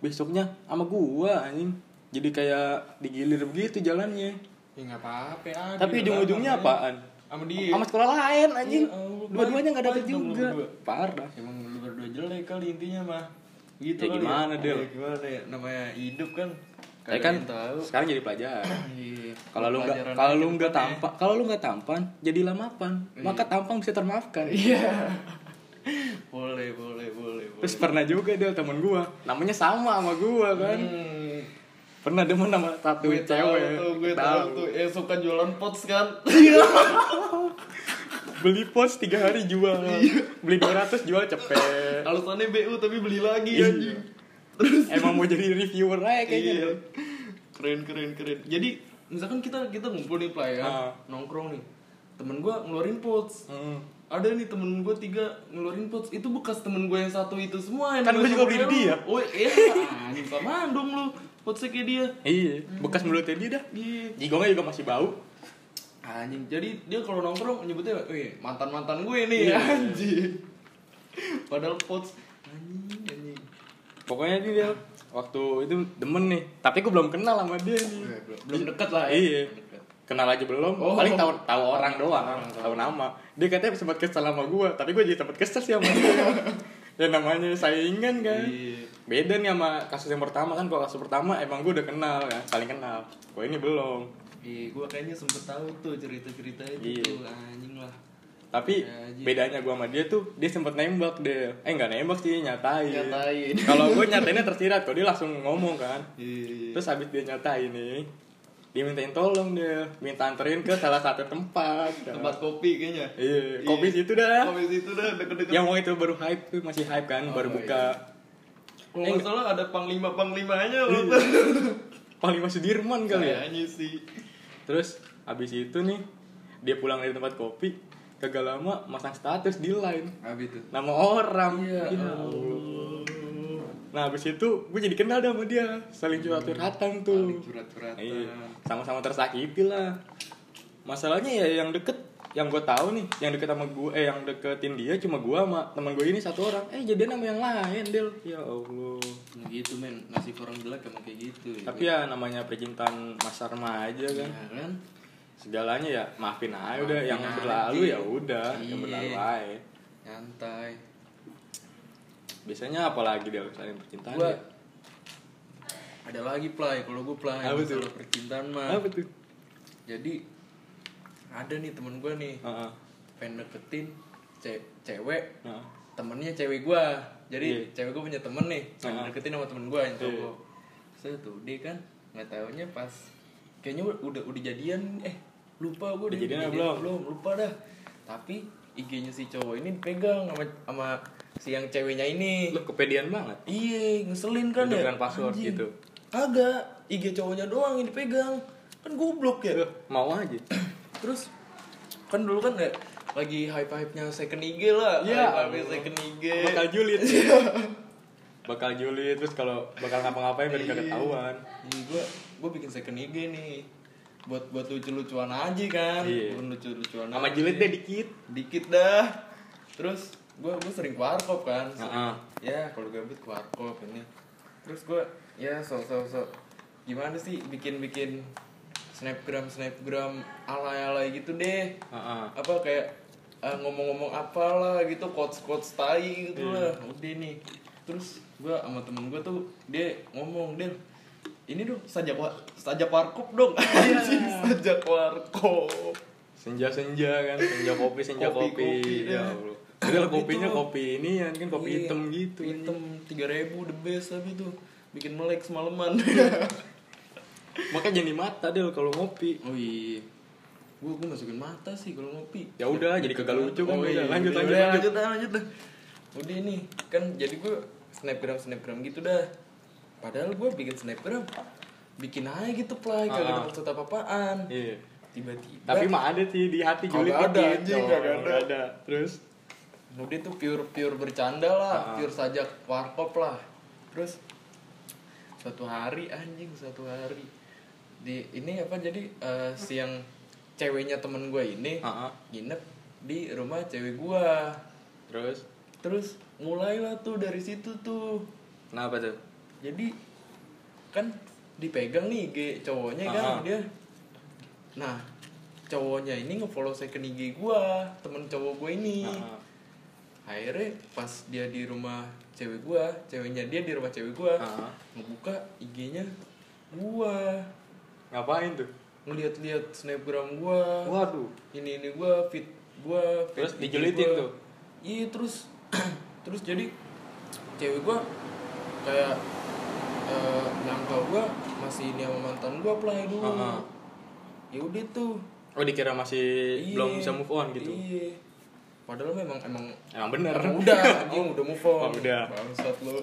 B: Besoknya sama gua anjing. Jadi kayak digilir begitu jalannya.
C: Ya nggak apa-apa. ah,
B: Tapi
C: di
B: ujung-ujungnya
C: belakang,
B: apaan?
C: ya. Sama dia.
B: Sama sekolah lain anjing.
A: Iya, Allah,
B: Dua-duanya nggak dapet
A: baik dong lu
B: juga.
A: berdua.
B: Parah.
A: Emang lu berdua jelek kali intinya mah. Gitu
B: Ya
A: kali
B: gimana,
A: ya.
B: Del?
A: Ya gimana ya? Namanya hidup kan. Kalian
B: Tapi kan
A: tahu.
B: sekarang jadi pelajar.
A: [coughs] Iya.
B: Kalau lu nggak
A: Pelajaran kan ya.
B: kalau
A: aja
B: lu nggak
A: depannya.
B: tampan, kalau lu nggak tampan, jadilah mapan. Maka tampang bisa termaafkan.
A: Iya. boleh, boleh, boleh, boleh.
B: Terus pernah juga dia temen gua, namanya sama sama gua kan.
A: Hmm,
B: Pernah demen sama satu
A: gue tahu
B: cewek.
A: tuh, gue tahu
B: Tahu. Iya.
A: tuh. Eh suka jualan pots kan.
B: Beli pos tiga hari
A: [laughs]
B: jual.
A: Iya.
B: Beli 200 jual cepet.
A: [laughs] Alasannya BU tapi beli lagi
B: Iya.
A: anjing. Terus
B: Emang mau jadi reviewer aja kayaknya.
A: iya. Keren keren keren. Jadi misalkan kita kita ngumpul nih play ya,
B: Ah.
A: nongkrong nih. Temen gue ngeluarin pots.
B: Heeh.
A: Ada nih temen gue tiga ngeluarin pots itu bekas temen gue yang satu itu semua yang
B: Kan
A: gue
B: gua juga
A: suka
B: beli
A: lu.
B: dia.
A: Oh iya, anjing sama dong lu potsnya kayak dia.
B: Iya, bekas mulutnya dia dah.
A: Iya.
B: Jigongnya juga masih bau.
A: Anjing, jadi dia kalau nongkrong nyebutnya, "Wih, mantan-mantan gue nih."
B: Iya.
A: Anjing. Padahal pots anjing anjing.
B: Pokoknya dia dia waktu itu demen nih, tapi gue belum kenal sama dia nih.
A: Iya, Belum deket lah ya.
B: Iya.
A: Belum deket.
B: Kenal aja belum,
A: Oh.
B: paling tahu tahu orang doang,
A: Orang,
B: tahu nama. Dia katanya sempat kesel sama gue, tapi gue jadi sempat kesel sih sama dia.
A: [laughs]
B: ya namanya saingan kan.
A: Iya.
B: Beda nih sama kasus yang pertama kan, kalau kasus pertama emang gue udah kenal kan, saling kenal. Gue ini belum.
A: Iya, gue kayaknya sempet tahu tuh cerita-cerita itu
B: Iya.
A: tuh anjing lah.
B: Tapi
A: Ya, Ji.
B: bedanya gua sama dia tuh dia sempet nembak deh. Eh nggak nembak sih nyatain.
A: Nyatain.
B: Kalau gue nyatainnya tersirat, kalau dia langsung ngomong kan.
A: Iya.
B: Terus habis dia nyatain nih, dia mintain tolong deh, minta anterin ke salah satu tempat. kan.
A: Tempat kopi kayaknya.
B: Iya, kopi situ dah. Ya.
A: Kopi situ dah deket-deket.
B: Yang waktu itu baru hype tuh masih hype kan, baru
A: Oh,
B: buka.
A: Kalau nggak salah ada panglima panglimanya
B: Iya.
A: waktu itu.
B: Paling masih Dirman [laughs] kali ya.
A: Kayaknya sih.
B: Terus habis itu nih dia pulang dari tempat kopi, kagak lama masang status di line
A: Apa itu?
B: nama orang. Ya Allah.
A: Iya, Allah.
B: Nah abis itu gue jadi kenal dah sama dia Saling curhat-curhatan
A: Paling
B: tuh
A: curat-curatan.
B: Iya Sama-sama tersakiti lah Masalahnya ya yang deket Yang gue tahu nih Yang deket sama gue Eh yang deketin dia cuma gue sama teman gue ini satu orang Eh jadian sama yang lain Del Ya Allah
A: Nah, gitu men, nasib orang jelek emang kayak gitu. ya.
B: Tapi ya namanya percintaan masa remaja kan
A: Ya kan?
B: Segalanya ya maafin aja udah Yang
A: Maafin
B: berlalu
A: aja.
B: ya udah Yang
A: Iya.
B: berlalu aja
A: Nyantai.
B: Biasanya apalagi Del Selain percintaan
A: Gua
B: ya
A: ada lagi play, kalau gue play
B: Apa tuh?
A: masalah percintaan mah.
B: Apa tuh?
A: Jadi ada nih temen gue nih
B: Heeh.
A: pengen deketin ce- cewek
B: Nah.
A: temennya cewek gua jadi
B: Iya.
A: cewek gua punya temen nih
B: Ah.
A: pengen deketin sama temen gua yang
B: Iya.
A: cowok saya tuh dia kan nggak taunya pas kayaknya udah udah, udah jadian eh lupa gua
B: Udah jadian apa belum?
A: belum lupa dah tapi IG-nya si cowok ini dipegang sama sama si yang ceweknya ini
B: Lu kepedean banget
A: Iya, ngeselin kan ya.
B: Dengan password
A: Anjing.
B: gitu.
A: Kagak, IG cowoknya doang yang dipegang. Kan goblok ya.
B: Mau aja
A: Terus kan dulu kan ya lagi hype-hype-nya second IG lah.
B: Iya.
A: Hype-hype second Iya. IG.
B: bakal
A: [laughs]
B: julid bakal julid terus kalau bakal ngapa-ngapain biar gak ketahuan
A: Iya, gua gua bikin second IG nih. Buat buat lucu-lucuan aja kan.
B: Iya.
A: Buat lucu-lucuan.
B: sama
A: aja.
B: julid deh dikit
A: Dikit dah. Terus gua gua sering ke warkop kan.
B: Heeh.
A: ya kalau gabut ke warkop ini terus gue ya so so so gimana sih bikin bikin snapgram snapgram alay alay gitu deh
B: Heeh.
A: apa kayak eh, ngomong-ngomong apalah gitu quotes quotes tai gitu lah
B: Iya.
A: udah nih terus gue sama temen gue tuh dia ngomong dia ini dong saja saja warkop dong
B: Iya.
A: [laughs] anjing saja warkop
B: senja-senja kan senja kopi senja kopi,
A: Kopi-kopi,
B: ya
A: dah.
B: Allah udah lah, kopinya
A: Itu.
B: kopi ini ya kan kopi
A: Iya,
B: hitam gitu
A: hitam tiga ribu the best tapi tuh bikin melek
B: [laughs]
A: semalaman
B: makanya jadi mata deh kalau ngopi
A: Oh iya. Gue gue masukin mata sih kalau ngopi. Oh, iya,
B: Ya udah, jadi kagak lucu kan. Udah, lanjut,
A: Udah,
B: lanjut,
A: udah,
B: lanjut.
A: iya, lanjut, dah, lanjut, dah. Udah nih, kan jadi gue snapgram snapgram gitu dah. Padahal gue bikin snapgram bikin aja gitu play kagak
B: Ah.
A: ada maksud apa-apaan.
B: iya
A: Tiba-tiba
B: tapi mah ada sih di hati
A: Kagak
B: julid
A: ada,
B: dikit.
A: anjing,
B: Oh,
A: kagak ada.
B: kagak ada terus
A: Udah tuh pure pure bercanda lah,
B: Ah.
A: pure sajak warkop lah. Terus satu hari anjing satu hari di ini apa jadi eh, si yang ceweknya temen gue ini
B: Heeh.
A: nginep di rumah cewek gua
B: terus
A: terus mulailah tuh dari situ tuh
B: kenapa tuh
A: jadi kan dipegang nih IG cowoknya kan
B: Ah.
A: dia nah cowoknya ini ngefollow second IG gua temen cowok gua ini
B: Nah,
A: akhirnya pas dia di rumah cewek gua ceweknya dia di rumah cewek gua
B: Ah.
A: ngebuka IG-nya gua
B: ngapain tuh?
A: ngeliat-liat snapgram gua
B: Waduh.
A: ini ini gua fit gua fit
B: Terus
A: IG
B: dijulitin
A: gua.
B: tuh?
A: iya terus [clears throat] terus jadi cewek gua kayak eh, nyangka gua masih ini sama mantan gua play dulu
B: Ah, ah.
A: ya udah tuh
B: Oh dikira masih
A: Iya.
B: belum bisa move on gitu.
A: iya padahal memang emang
B: Emang bener.
A: emang [laughs]
B: [laughs]
A: udah anjing udah move on
B: Oh, udah.
A: bangsat lu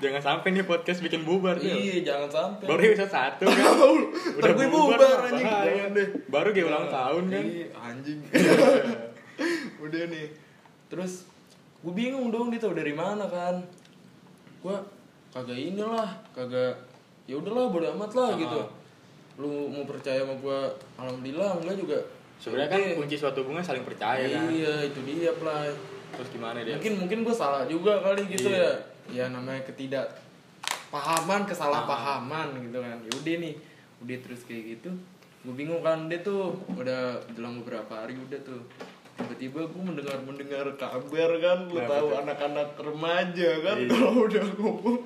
B: Jangan sampai nih podcast bikin bubar Del.
A: iya jangan sampai
B: Baru episode satu kan.
A: [laughs] Ntar gue bubar, anjing.
B: bahaya.
A: Jangan deh.
B: Baru dia ulang tahun kan.
A: Iya, [laughs] anjing. Udah nih. Terus gue bingung dong dia tahu dari mana kan. Gue kagak inilah, kagak ya udahlah bodo amat lah
B: Ah.
A: gitu. Lu mau percaya sama gue alhamdulillah enggak juga.
B: Sebenarnya kan
A: Oke.
B: kunci suatu hubungan saling percaya kan.
A: Iya, itu dia play.
B: Terus gimana dia?
A: Mungkin mungkin gue salah juga kali gitu
B: Iya.
A: ya. Ya namanya ketidakpahaman,
B: Ah.
A: kesalahpahaman gitu kan. Yaudah nih, udah terus kayak gitu. Gue bingung kan dia tuh udah jelang beberapa hari udah tuh tiba-tiba gue mendengar mendengar kabar kan lu
B: Nah,
A: tahu
B: betul.
A: anak-anak remaja kan
B: Iya.
A: kalau udah ngomong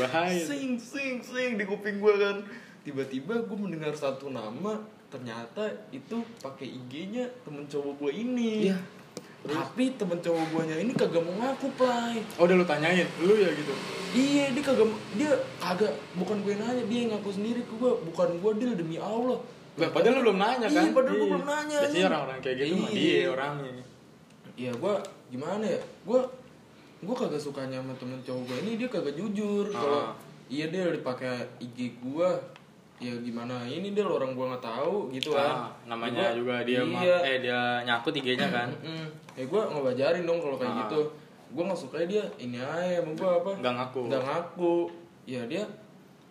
B: Bahaya.
A: sing sing sing di kuping gue kan tiba-tiba gue mendengar satu nama ternyata itu pakai IG-nya temen cowok gue ini
B: Iya.
A: tapi temen cowok guanya ini kagak mau ngaku play
B: Oh udah lu tanyain, lu ya gitu.
A: iya dia kagak dia kagak bukan gue nanya dia yang ngaku sendiri ke gue bukan gue deal demi Allah
B: Lah, padahal lu belum nanya kan?
A: Iya, padahal gua belum nanya,
B: Biasanya
A: anjing.
B: orang-orang kayak gitu mah
A: Iya.
B: dia orangnya.
A: Iya gue gimana ya gue gue kagak sukanya sama temen cowok gue ini dia kagak jujur kalau
B: Ah.
A: iya dia udah pakai IG gue ya gimana ini dia orang gue nggak tahu gitu
B: Ah,
A: kan
B: namanya
A: Gua-
B: juga dia mah
A: iya.
B: eh dia nyangkut IG-nya kan.
A: Mm-mm. ya gue ngewajarin dong kalau kayak
B: Ah.
A: gitu gue nggak suka dia ini aja sama gue apa
B: Enggak ngaku.
A: nggak ngaku ya dia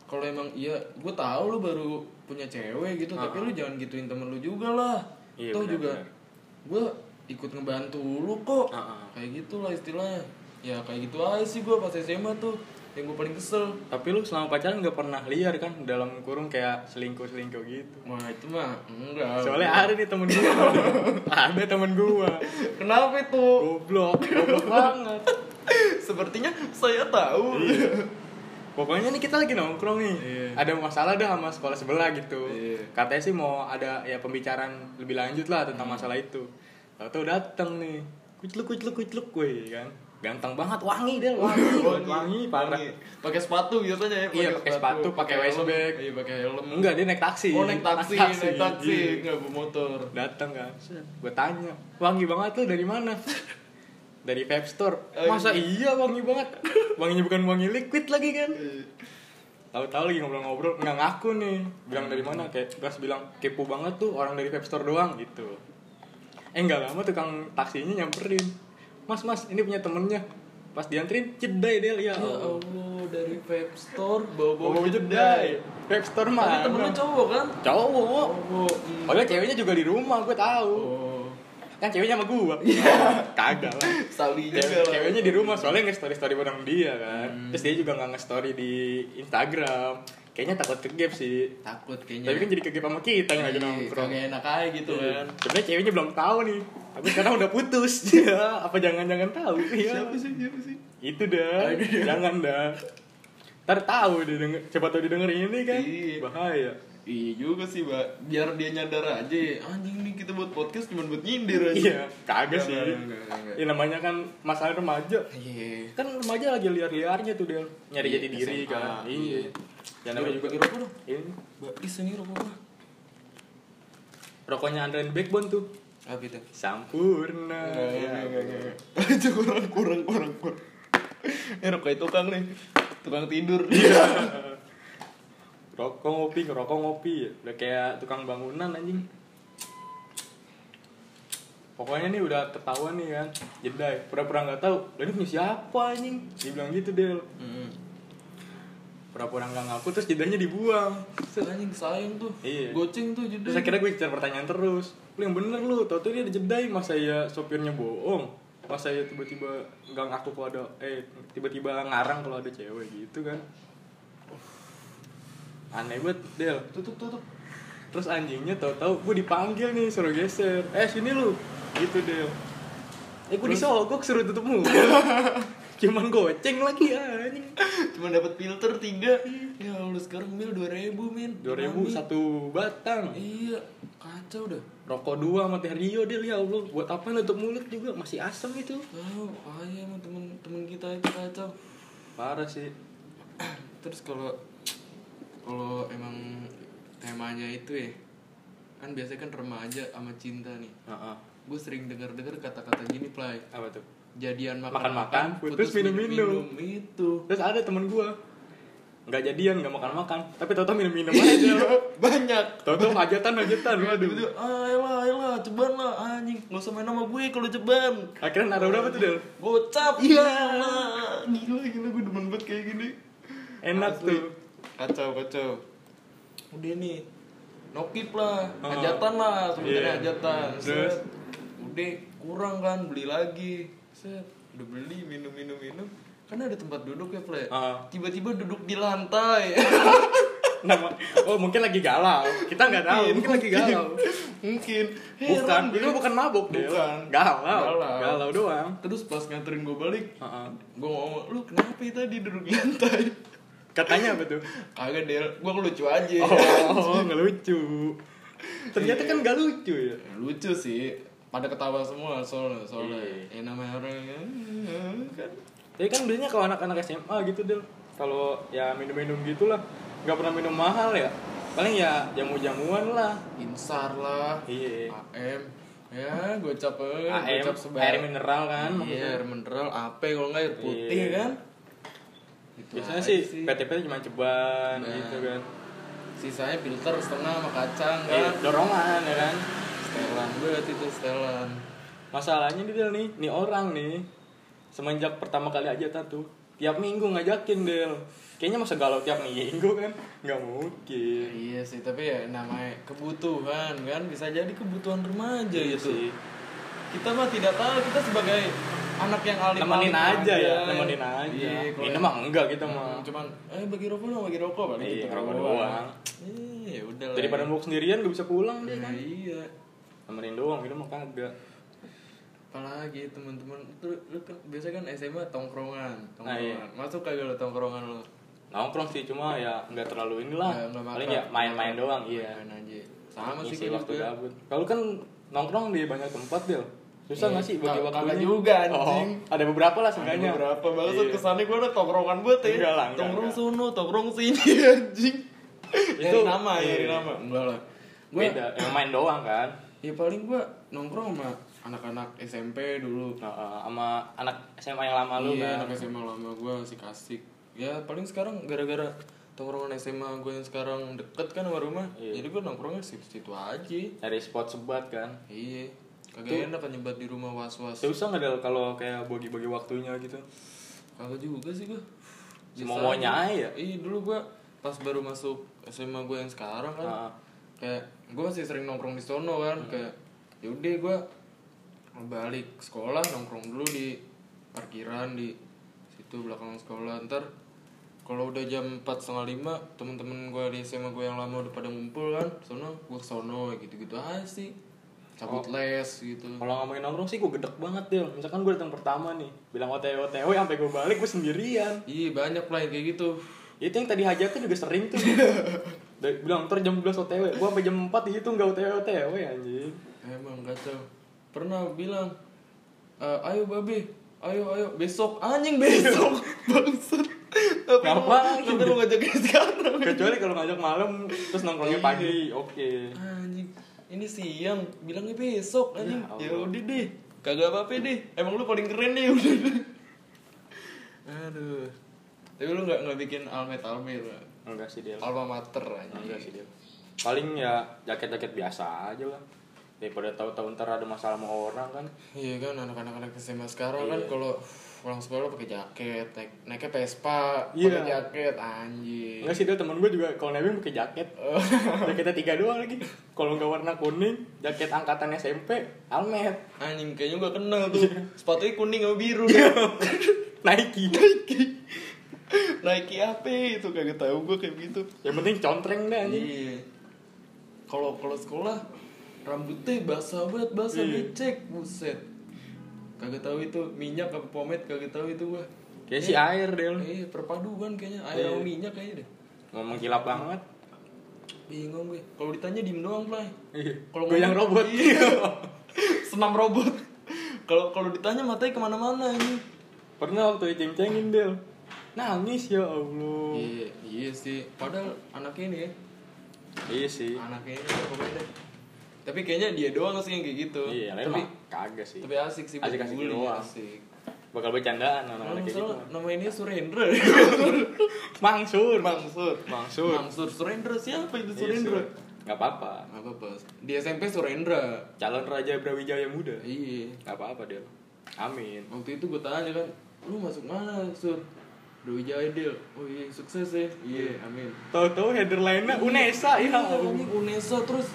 A: kalau emang iya gue tahu lu baru punya cewek gitu tapi lu jangan gituin temen lu juga lah
B: Ah. Iya,
A: Toh
B: benar,
A: juga
B: benar.
A: gue ikut ngebantu lu kok
B: Ah, ah.
A: kayak gitulah istilahnya ya kayak gitu aja sih gue pas SMA tuh yang gue paling kesel
B: Tapi lu selama pacaran nggak pernah liar kan dalam kurung kayak selingkuh-selingkuh gitu.
A: wah itu mah enggak
B: Soalnya ada nih temen
A: [laughs]
B: gua. ada temen gua.
A: kenapa itu
B: Goblok, goblok banget.
A: sepertinya saya tahu
B: Iya. Pokoknya nih kita lagi nongkrong nih.
A: Iya.
B: Ada masalah dah sama sekolah sebelah gitu.
A: Iya.
B: Katanya sih mau ada ya pembicaraan lebih lanjut lah
A: Iya.
B: tentang masalah itu. Tahu-tahu dateng nih. Kucluk kucluk kucluk gue kan. Ganteng banget, wangi dia, wangi, wangi, parah.
A: Wangi. pakai sepatu biasanya ya
B: Iya, pakai sepatu, pakai
A: helm.
B: waistband.
A: iya pakai helm
B: Enggak, dia naik taksi.
A: oh naik taksi naik taksi
B: Iya.
A: nggak bawa motor
B: datang kan gue tanya wangi banget lu dari
A: [laughs]
B: mana dari vape store
A: Oh,
B: masa iya wangi
A: [laughs]
B: banget wanginya bukan wangi liquid lagi kan
A: Iya.
B: tahu-tahu lagi ngobrol-ngobrol nggak ngaku nih bilang dari mana kayak terus bilang kepo banget tuh orang dari vape store doang gitu eh nggak lama tukang taksinya nyamperin mas mas ini punya temennya pas dianterin jedai dia ya
A: ya
B: Allah.
A: allah dari vape store bawa bawa
B: bawa jedai vape store
A: tapi
B: mah
A: temen lu cowok kan
B: cowok
A: cowok hmm.
B: Padahal ceweknya juga di rumah gue tahu
A: oh Iya.
B: kan ceweknya sama gua kagak lah
A: sali juga
B: Cewek-
A: lah.
B: ceweknya di rumah soalnya nge story story bareng dia kan
A: Hmm.
B: terus dia juga nggak nge story di Instagram kayaknya takut kegap sih
A: takut kayaknya
B: tapi kan jadi kegap sama kita yang lagi
A: Iya,
B: nongkrong Iya.
A: kagak enak aja gitu kan
B: sebenarnya ceweknya belum tahu nih tapi sekarang udah putus [laughs] ya apa jangan jangan tahu ya
A: siapa sih siapa sih
B: itu dah jangan dah ntar tahu dia denger siapa tahu didengar ini kan
A: Iya.
B: bahaya
A: Iya juga sih, Mbak. Biar dia nyadar aja. ya. Anjing nih kita buat podcast cuma buat nyindir aja.
B: iya kagak sih
A: Enggak, enggak, enggak, enggak.
B: ya namanya kan masalah remaja
A: Iya.
B: kan remaja lagi liar-liarnya tuh dia nyari
A: Iya,
B: jati diri
A: SMA,
B: kan
A: iya.
B: iya yang namanya juga
A: Bagi rokok dong.
B: ini
A: Baris ini rokok gua.
B: rokoknya Andrian Backbone tuh
A: Apa
B: gitu.
A: itu?
B: sampurna Iya.
A: [laughs] Itu kurang kurang kurang kurang. Ini rokok itu tukang nih. Tukang tidur.
B: Iya.
A: [laughs]
B: rokok ngopi ngerokok ngopi ya. udah kayak tukang bangunan anjing pokoknya nih udah ketahuan nih kan jedai pura-pura nggak tahu lah ini punya siapa anjing dibilang gitu Del
A: Heeh.
B: pura-pura nggak ngaku terus jedainya dibuang
A: Anjing sayang tuh.
B: Iya.
A: Goceng tuh jadi.
B: Terus akhirnya gue cari pertanyaan terus Lu yang bener lu, tau tuh dia ada jedai Masa ya sopirnya bohong Masa ya tiba-tiba gak ngaku kalau ada Eh, tiba-tiba ngarang kalau ada cewek gitu kan Aneh banget, Del
A: tutup tutup.
B: terus anjingnya tahu-tahu gue dipanggil nih suruh geser eh sini lu gitu deh eh gue disogok suruh tutup mulut [laughs] cuman goceng lagi anjing
A: Cuma dapat filter tiga. Ya lu sekarang mil 2000 min.
B: 2000
A: Mami.
B: satu batang
A: Iya, kacau dah.
B: rokok dua sama teh Rio deh ya Allah buat apa nutup mulut juga masih asem itu
A: Tahu, ayah sama temen-temen kita itu kacau.
B: parah sih
A: Terus kalau kalau emang temanya itu ya kan biasanya kan remaja sama cinta nih.
B: Heeh.
A: Gue sering dengar-dengar kata-kata gini, Play.
B: apa tuh
A: Jadian
B: Makan-makan,
A: makan-makan,
B: putus minum-minum.
A: minum-minum. Itu.
B: terus ada temen gue nggak jadian nggak makan makan tapi tau-tau minum minum [laughs] aja
A: Banyak.
B: tau-tau hajatan hajatan waduh
A: Tiba-tiba, ah elah elah ceban lah anjing nggak usah main sama gue kalau ceban
B: akhirnya naruh berapa tuh del
A: gocap iya gila gila gue demen banget kayak gini
B: Enak tuh.
A: kacau kacau udah nih nokip lah
B: Ah.
A: hajatan lah sebenarnya
B: Iya.
A: hajatan
B: Terus?
A: Set. udah kurang kan beli lagi set udah beli minum minum minum kan ada tempat duduk ya play
B: Ah.
A: tiba-tiba duduk di lantai [laughs]
B: nama oh mungkin lagi galau kita nggak tahu Iya, mungkin lagi galau
A: mungkin
B: bukan
A: Heran
B: itu
A: gue.
B: bukan mabuk del
A: Bukan.
B: galau
A: Galau.
B: galau doang
A: Terus pas nganterin gue balik,
B: Heeh.
A: gue ngomong, lu kenapa ya tadi duduk di lantai?
B: katanya apa tuh
A: Kagak Del, gue lucu aja.
B: [laughs] oh nggak lucu ternyata kan nggak lucu ya
A: Lucu sih, pada ketawa semua soalnya, soalnya. Eh
B: Iya.
A: namanya orang yang kan.
B: tapi kan biasanya kalau anak-anak SMA gitu del kalau ya minum-minum gitulah nggak pernah minum mahal ya paling ya jamu-jamuan lah
A: Insar lah,
B: Iya.
A: AM, ya gue cap
B: AM,
A: gocap
B: air mineral kan
A: Iya, air mineral, AP kalau nggak air putih
B: Iya.
A: kan. Gitu
B: biasanya
A: aja
B: sih PT-PT cuma ceban
A: Nah.
B: gitu kan
A: Sisanya filter setengah sama kacang
B: Eh,
A: kan.
B: dorongan ya kan
A: Setelan banget itu setelan.
B: masalahnya nih Del nih nih orang nih semenjak pertama kali aja tuh tiap minggu ngajakin Del kayaknya masa galau tiap minggu kan nggak mungkin
A: Iya sih, tapi ya namanya kebutuhan kan bisa jadi kebutuhan remaja
B: Iya
A: gitu.
B: sih.
A: Kita mah tidak tahu kita sebagai anak yang Iya. alim
B: nemenin aja ya nemenin aja
A: Iya,
B: minum mah enggak kita mah
A: cuman eh bagi rokok dong, bagi rokok paling
B: Iya,
A: gitu
B: rokok
A: doang.
B: doang.
A: Iya, ya udah lah.
B: daripada mabuk sendirian gak bisa pulang deh
A: Nah,
B: kan
A: iya.
B: nemenin doang minum mah kagak
A: Apalagi teman-teman itu lu kan biasa kan SMA tongkrongan,
B: Nah, iya.
A: tongkrongan. Masuk kagak lu tongkrongan lu?
B: nongkrong sih cuma ya nggak terlalu inilah
A: Nggak- nggak
B: paling
A: Iya, makan.
B: ya main-main doang iya
A: Main aja. kan, Sama sih
B: ngisi
A: kayak
B: waktu
A: gitu ya.
B: gabut kalau kan nongkrong di banyak tempat Del susah nggak sih bagi
A: Iya. Kagak
B: waktunya
A: juga, anjing.
B: Oh, ada beberapa lah
A: Ada
B: seenggaknya
A: berapa banget
B: Iya.
A: kesannya gue ada tongkrongan buat ya.
B: Enggak lah, enggak,
A: Tongkrong
B: enggak.
A: sono, tongkrong sini [laughs] anjing. Itu nama,
B: iya.
A: nyari nama. Enggak lah. Gue
B: beda yang main doang kan
A: ya paling gue nongkrong sama anak-anak SMP dulu.
B: Nah, eh, sama anak SMA yang lama lu
A: iya,
B: kan
A: anak SMA lama gue asik kasih Ya paling sekarang gara-gara tongkrongan SMA gue yang sekarang deket kan sama rumah.
B: Iya.
A: Jadi gue nongkrongnya situ-situ aja.
B: dari spot sebat kan
A: Iya. Kagak enak kan nyebat di rumah was-was.
B: susah nggak Del kalau kayak bagi-bagi waktunya gitu
A: Kagak juga sih gue.
B: Semau-maunya aja.
A: Iya dulu gue pas baru masuk SMA gue yang sekarang kan.
B: Heeh.
A: Kayak gue masih sering nongkrong di sono kan. Kayak yaudah gue balik sekolah nongkrong dulu di parkiran di situ belakang sekolah ntar kalau udah jam empat setengah lima temen-temen gue di SMA gue yang lama udah pada ngumpul kan sono gue sono gitu-gitu aja sih cabut les gitu
B: Kalau ngomongin nongkrong sih gue gedek banget Del Misalkan gue datang pertama nih Bilang OTW OTW sampai gue balik gue sendirian Ya
A: iya banyak lah yang kayak gitu
B: Itu yang tadi hajatnya juga sering tuh Dari, Bilang ntar jam 12 OTW Gue sampai jam 4 itu gak OTW OTW anjing
A: Emang kacau. Pernah bilang, "Eh, ayo babe, ayo ayo besok anjing
B: [laughs]
A: besok bangsat. Apa lu-
B: Ngapain?
A: Kenapa lu ngajakin sekarang?
B: Kecuali kalau ngajak malam terus nongkrongnya pagi Oke
A: Anjing, ini siang bilangnya besok anjing. Ya,
B: Ya Allah.
A: udah deh, kagak apa-apa deh. Emang lu paling keren deh [laughs] udah. deh. Aduh. Tapi lu nggak nggak bikin almet almet
B: Enggak sih Del
A: alma mater
B: Enggak
A: anjing.
B: sih Del Paling ya jaket-jaket biasa aja lah Daripada tahu-tahu ntar ada masalah sama orang kan
A: Iya kan anak-anak anak SMA sekarang kan
B: Iya.
A: kalau pulang sekolah pakai jaket, naik naiknya Vespa,
B: Iya.
A: pakai jaket anjing.
B: Enggak sih Del temen gue juga kalau nebeng pakai jaket
A: Oh.
B: [laughs] Jaketnya tiga doang lagi Kalau nggak warna kuning Jaket angkatan SMP Almet [laughs]
A: Anjing kayaknya gua kenal tuh. Sepatunya kuning sama biru. kan.
B: Nike.
A: Nike apa itu kagak tahu gua kayak gitu.
B: Yang penting contreng deh anjing.
A: Iya. kalau kalau sekolah rambutnya basah banget basah
B: Iya.
A: becek buset kagak tahu itu minyak apa pomade kagak tahu itu gua
B: Kayak si air Del.
A: eh perpaduan kayaknya air
B: Iya.
A: sama minyak kayaknya deh
B: Ngomong kilap banget.
A: bingung gue kalau ditanya diem doang play
B: Iya.
A: Kalau
B: goyang
A: ngomong-
B: robot.
A: Iya. [laughs] senam robot kalau kalau ditanya matanya kemana-mana ini
B: Pernah waktu diceng-cengin Del. Nangis ya Allah.
A: iya iya sih padahal anaknya ini ya
B: Iya sih.
A: anaknya ini ya, pokoknya deh. tapi kayaknya dia doang sih yang kayak gitu
B: Iya, lain
A: tapi
B: mah kagak sih.
A: tapi asik sih buat
B: Asik-asik
A: dibully,
B: doang.
A: asik
B: Bakal bercandaan
A: Kalau
B: anak-anak kayak gitu.
A: misalnya nama ini Surendra
B: [laughs] Mangsur.
A: Mangsur
B: Mangsur.
A: Mangsur Surendra siapa itu
B: Iya,
A: Surendra?
B: Sur. Nggak apa-apa.
A: Gak apa-apa Di SMP Surendra
B: Calon Raja Brawijaya muda.
A: Iya
B: Nggak apa-apa Del. Amin.
A: Waktu itu gue tanya kan Lu masuk mana Sur? Brawijaya Del Oh iya sukses ya Iya amin
B: Tahu-tahu headline-nya Unesa ya Allah.
A: Ini Unesa terus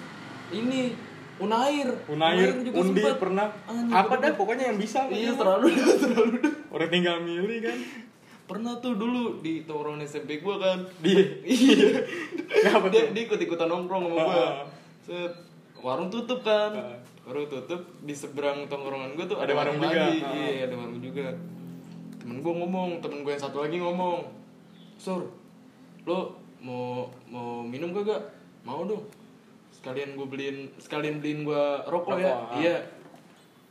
A: Ini Unair
B: Unair, Undi
A: sempat.
B: pernah
A: Anjing,
B: apa
A: pernah.
B: dah pokoknya yang bisa
A: Iya
B: pokoknya.
A: terlalu [laughs] dah terlalu dah
B: Orang tinggal milih kan
A: Pernah tuh dulu di tongkrongan SMP gue kan
B: Dia
A: Iya
B: [laughs] Kenapa
A: dia,
B: tuh?
A: dia ikut ikutan nongkrong sama gue
B: Ah.
A: set warung tutup kan
B: Ah.
A: warung tutup di seberang tongkrongan gue tuh
B: Ada
A: ada,
B: warung
A: warung,
B: juga,
A: lagi
B: ah.
A: iya ada warung juga temen gue ngomong temen gue yang satu lagi ngomong sur lo mau mau minum kagak mau dong sekalian gue beliin sekalian beliin gue rokok, ya
B: Rokok, ah.
A: iya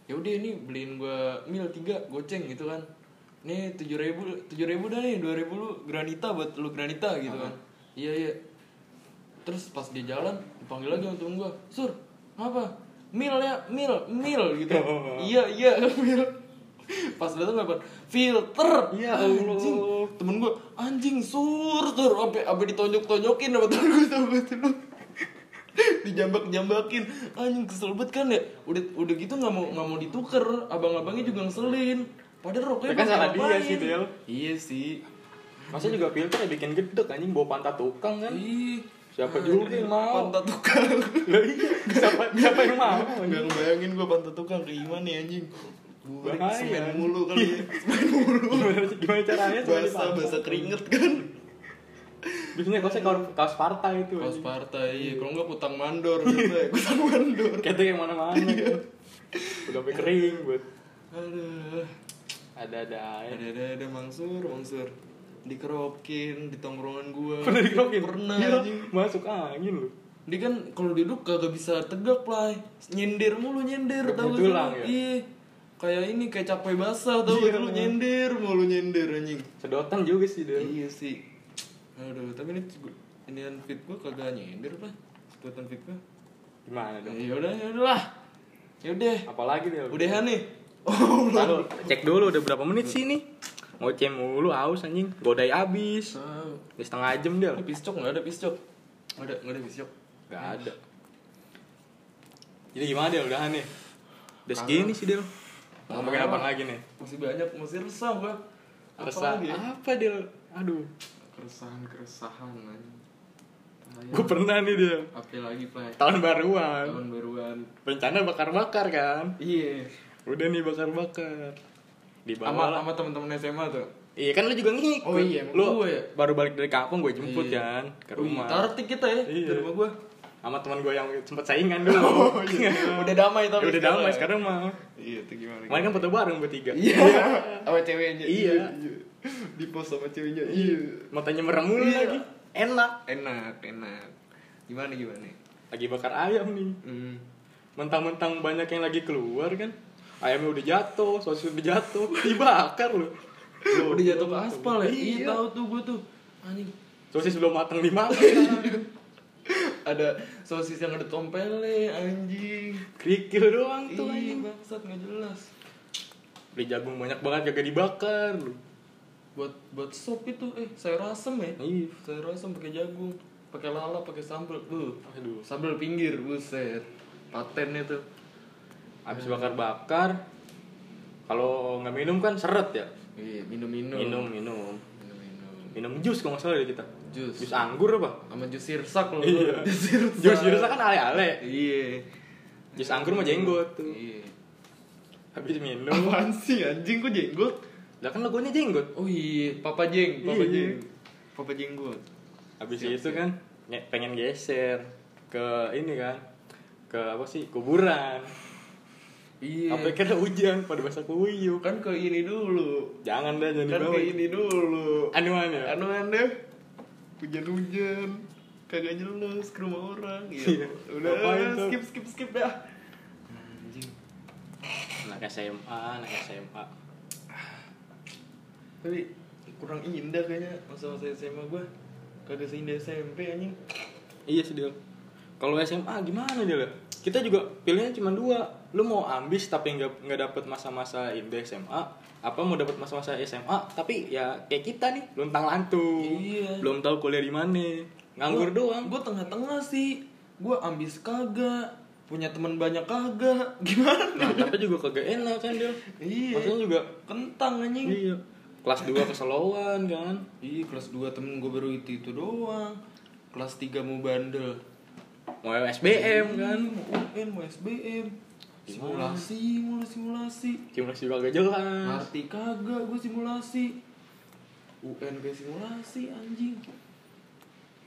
A: ya udah ini beliin gue mil tiga goceng gitu kan nih tujuh ribu tujuh ribu dah nih dua ribu lu granita buat lu granita gitu kan iya iya terus pas di jalan dipanggil lagi sama temen gue sur apa mil ya mil mil
B: [laughs]
A: gitu iya iya [laughs] mil pas datang dapat filter
B: Ya Allah.
A: anjing temen gue anjing sur sur abe abe ditonjok tonjokin sama temen gue sama [laughs] temen dijambak jambakin anjing kesel banget kan ya udah udah gitu nggak mau nggak mau ditukar abang-abangnya juga ngeselin padahal rokoknya
B: Ya kan
A: belum
B: salah dia
A: diapain.
B: sih, Del.
A: iya sih
B: Masa juga filter ya bikin gedek anjing bawa pantat tukang kan
A: Ih,
B: Siapa juga yang mau?
A: pantat tukang
B: Lah iya siapa, siapa yang mau
A: Gak ngebayangin gue pantat tukang kayak gimana ya anjing Burik
B: Bahaya.
A: semen mulu kali ya Semen mulu
B: gimana, gimana caranya cuma di
A: Basah,
B: pantat?
A: basah keringet kan
B: Biasanya kaosnya kaos, kaos partai itu
A: Kaos partai, iya kalau enggak kutang mandor biasa ya, Kutang mandor
B: Kayak tuh yang mana-mana gitu Udah sampai kering buat
A: Aduh
B: Ada-ada aja
A: Ada-ada, ada Mangsur, Mangsur Dikerokin, di tongkrongan gue
B: Pernah dikerokin?
A: Pernah
B: Iya,
A: anjing
B: Masuk angin lu
A: Dia kan kalau duduk kagak bisa tegak lah Nyender mulu nyender tau gak sih
B: Bertulang,
A: lu?
B: ya?
A: Iya Kayak ini kayak capek basah tau gak
B: Iya,
A: sih lu
B: bener.
A: nyender mulu nyender anjing
B: Sedotan juga sih Del
A: Iya sih Aduh tapi ini ini fit gue kagak nyender lah Sedotan fit gue
B: Gimana dong?
A: Ya udah ya udahlah Yaudah
B: Apalagi Del?
A: Udahan nih Oh [laughs]
B: Taruh, cek dulu udah berapa menit sih ini ngoceh mulu haus anjing godai abis udah setengah jam dia
A: Ada piscok nggak ada piscok Nggak ada nggak ada piscok
B: nggak ada jadi gimana dia udahan nih udah segini sih dia mau ngomongin apa lagi nih
A: Masih banyak masih resah gue
B: resah Ah.
A: lagi ya?
B: apa dia aduh
A: Keresahan keresahan anjing
B: gue pernah nih dia
A: Apa lagi play
B: tahun baruan
A: Tahun baruan
B: rencana bakar bakar kan
A: Iya
B: udah nih bakar bakar di
A: Sama
B: bawah
A: sama teman-teman SMA tuh
B: iya kan lu juga ngikut
A: Oh iya, emang
B: lu
A: gue ya?
B: baru balik dari kampung gue jemput
A: Iya.
B: kan ke rumah
A: Tartik kita ya
B: Iya.
A: Di rumah gue
B: sama teman gue yang sempet
A: [laughs]
B: saingan dulu.
A: Oh, iya. Udah damai
B: Ya
A: tapi
B: udah damai sekarang mah.
A: Iya itu gimana
B: Kemarin kan foto bareng bertiga.
A: Iya. Sama ceweknya.
B: Iya.
A: Di post sama ceweknya. Iya.
B: Matanya merem mulu
A: Iya.
B: lagi. Enak.
A: Enak, enak. Gimana gimana?
B: Lagi bakar ayam nih.
A: Hmm.
B: Mentang-mentang banyak yang lagi keluar kan. Ayamnya udah jatuh, sosis udah jatuh, [laughs] dibakar loh.
A: Udah jatuh ke aspal ya?
B: Iya.
A: Iya, tahu tuh gue tuh. Anjing.
B: Sosis belum matang dimakan.
A: [laughs] Ada sosis yang ada tompelnya, anjing.
B: Kerikil doang
A: Itu
B: tuh anjing.
A: bangsat nggak jelas.
B: Beli jagung banyak banget kagak dibakar loh.
A: Buat buat sop itu eh sayur asem ya.
B: Iya.
A: Sayur asem pakai jagung, pakai lala, pakai sambel. Bu.
B: Aduh.
A: Sambel pinggir, buset. Patennya tuh.
B: Habis bakar-bakar kalau nggak minum kan seret ya.
A: Iya, minum-minum.
B: Minum, minum.
A: Minum-minum.
B: Minum jus kalau nggak salah ya kita.
A: Jus.
B: Jus anggur apa?
A: sama jus sirsak loh [laughs]
B: Iya.
A: jus sirsak
B: Jus jus kan ale-ale.
A: iya
B: Jus anggur mah jenggot tuh.
A: iya
B: Habis minum.
A: apaan sih anjing kok jenggot
B: Lah kan logonya jenggot.
A: oh iya papa jeng papa
B: Iya.
A: jeng papa jenggot iya.
B: Habis itu kan nge- pengen geser. ke ini kan ke apa sih kuburan
A: Iya.
B: apa kira hujan pada bahasa kuyuk
A: Kan ke ini dulu.
B: jangan deh jangan
A: Kan
B: dibawa
A: ke ini dulu.
B: anuan ya
A: Anu deh. Hujan-hujan. Kagak jelas ke rumah orang.
B: Iya.
A: Iya. Udah
B: Ngapain tuh?
A: skip skip skip ya. dah.
B: anak SMA anak SMA
A: Tapi kurang indah kayaknya masa-masa SMA gua. Kagak seindah SMP anjing.
B: iya sih Del. kalau SMA gimana Del ya? kita juga pilihannya cuma dua lu mau ambis tapi nggak nggak dapet masa-masa indah SMA apa mau dapet masa-masa SMA tapi ya kayak kita nih luntang lantung
A: Iya.
B: belum tahu kuliah di mana nganggur doang
A: Gue tengah-tengah sih. Gue ambis kagak. Punya teman banyak kagak. [laughs] Gimana?
B: nah tapi juga kagak enak kan Del
A: Iya.
B: maksudnya juga
A: Kentang anjing.
B: iya kelas 2 keselowan kan
A: Iya kelas 2 temen gue baru itu itu doang Kelas 3 mau bandel
B: mau SBM kan
A: Iya, Mau UN, mau SBM Simulasi, mulu simulasi
B: simulasi juga gak jelas
A: Ngerti kagak gue simulasi UN kayak simulasi anjing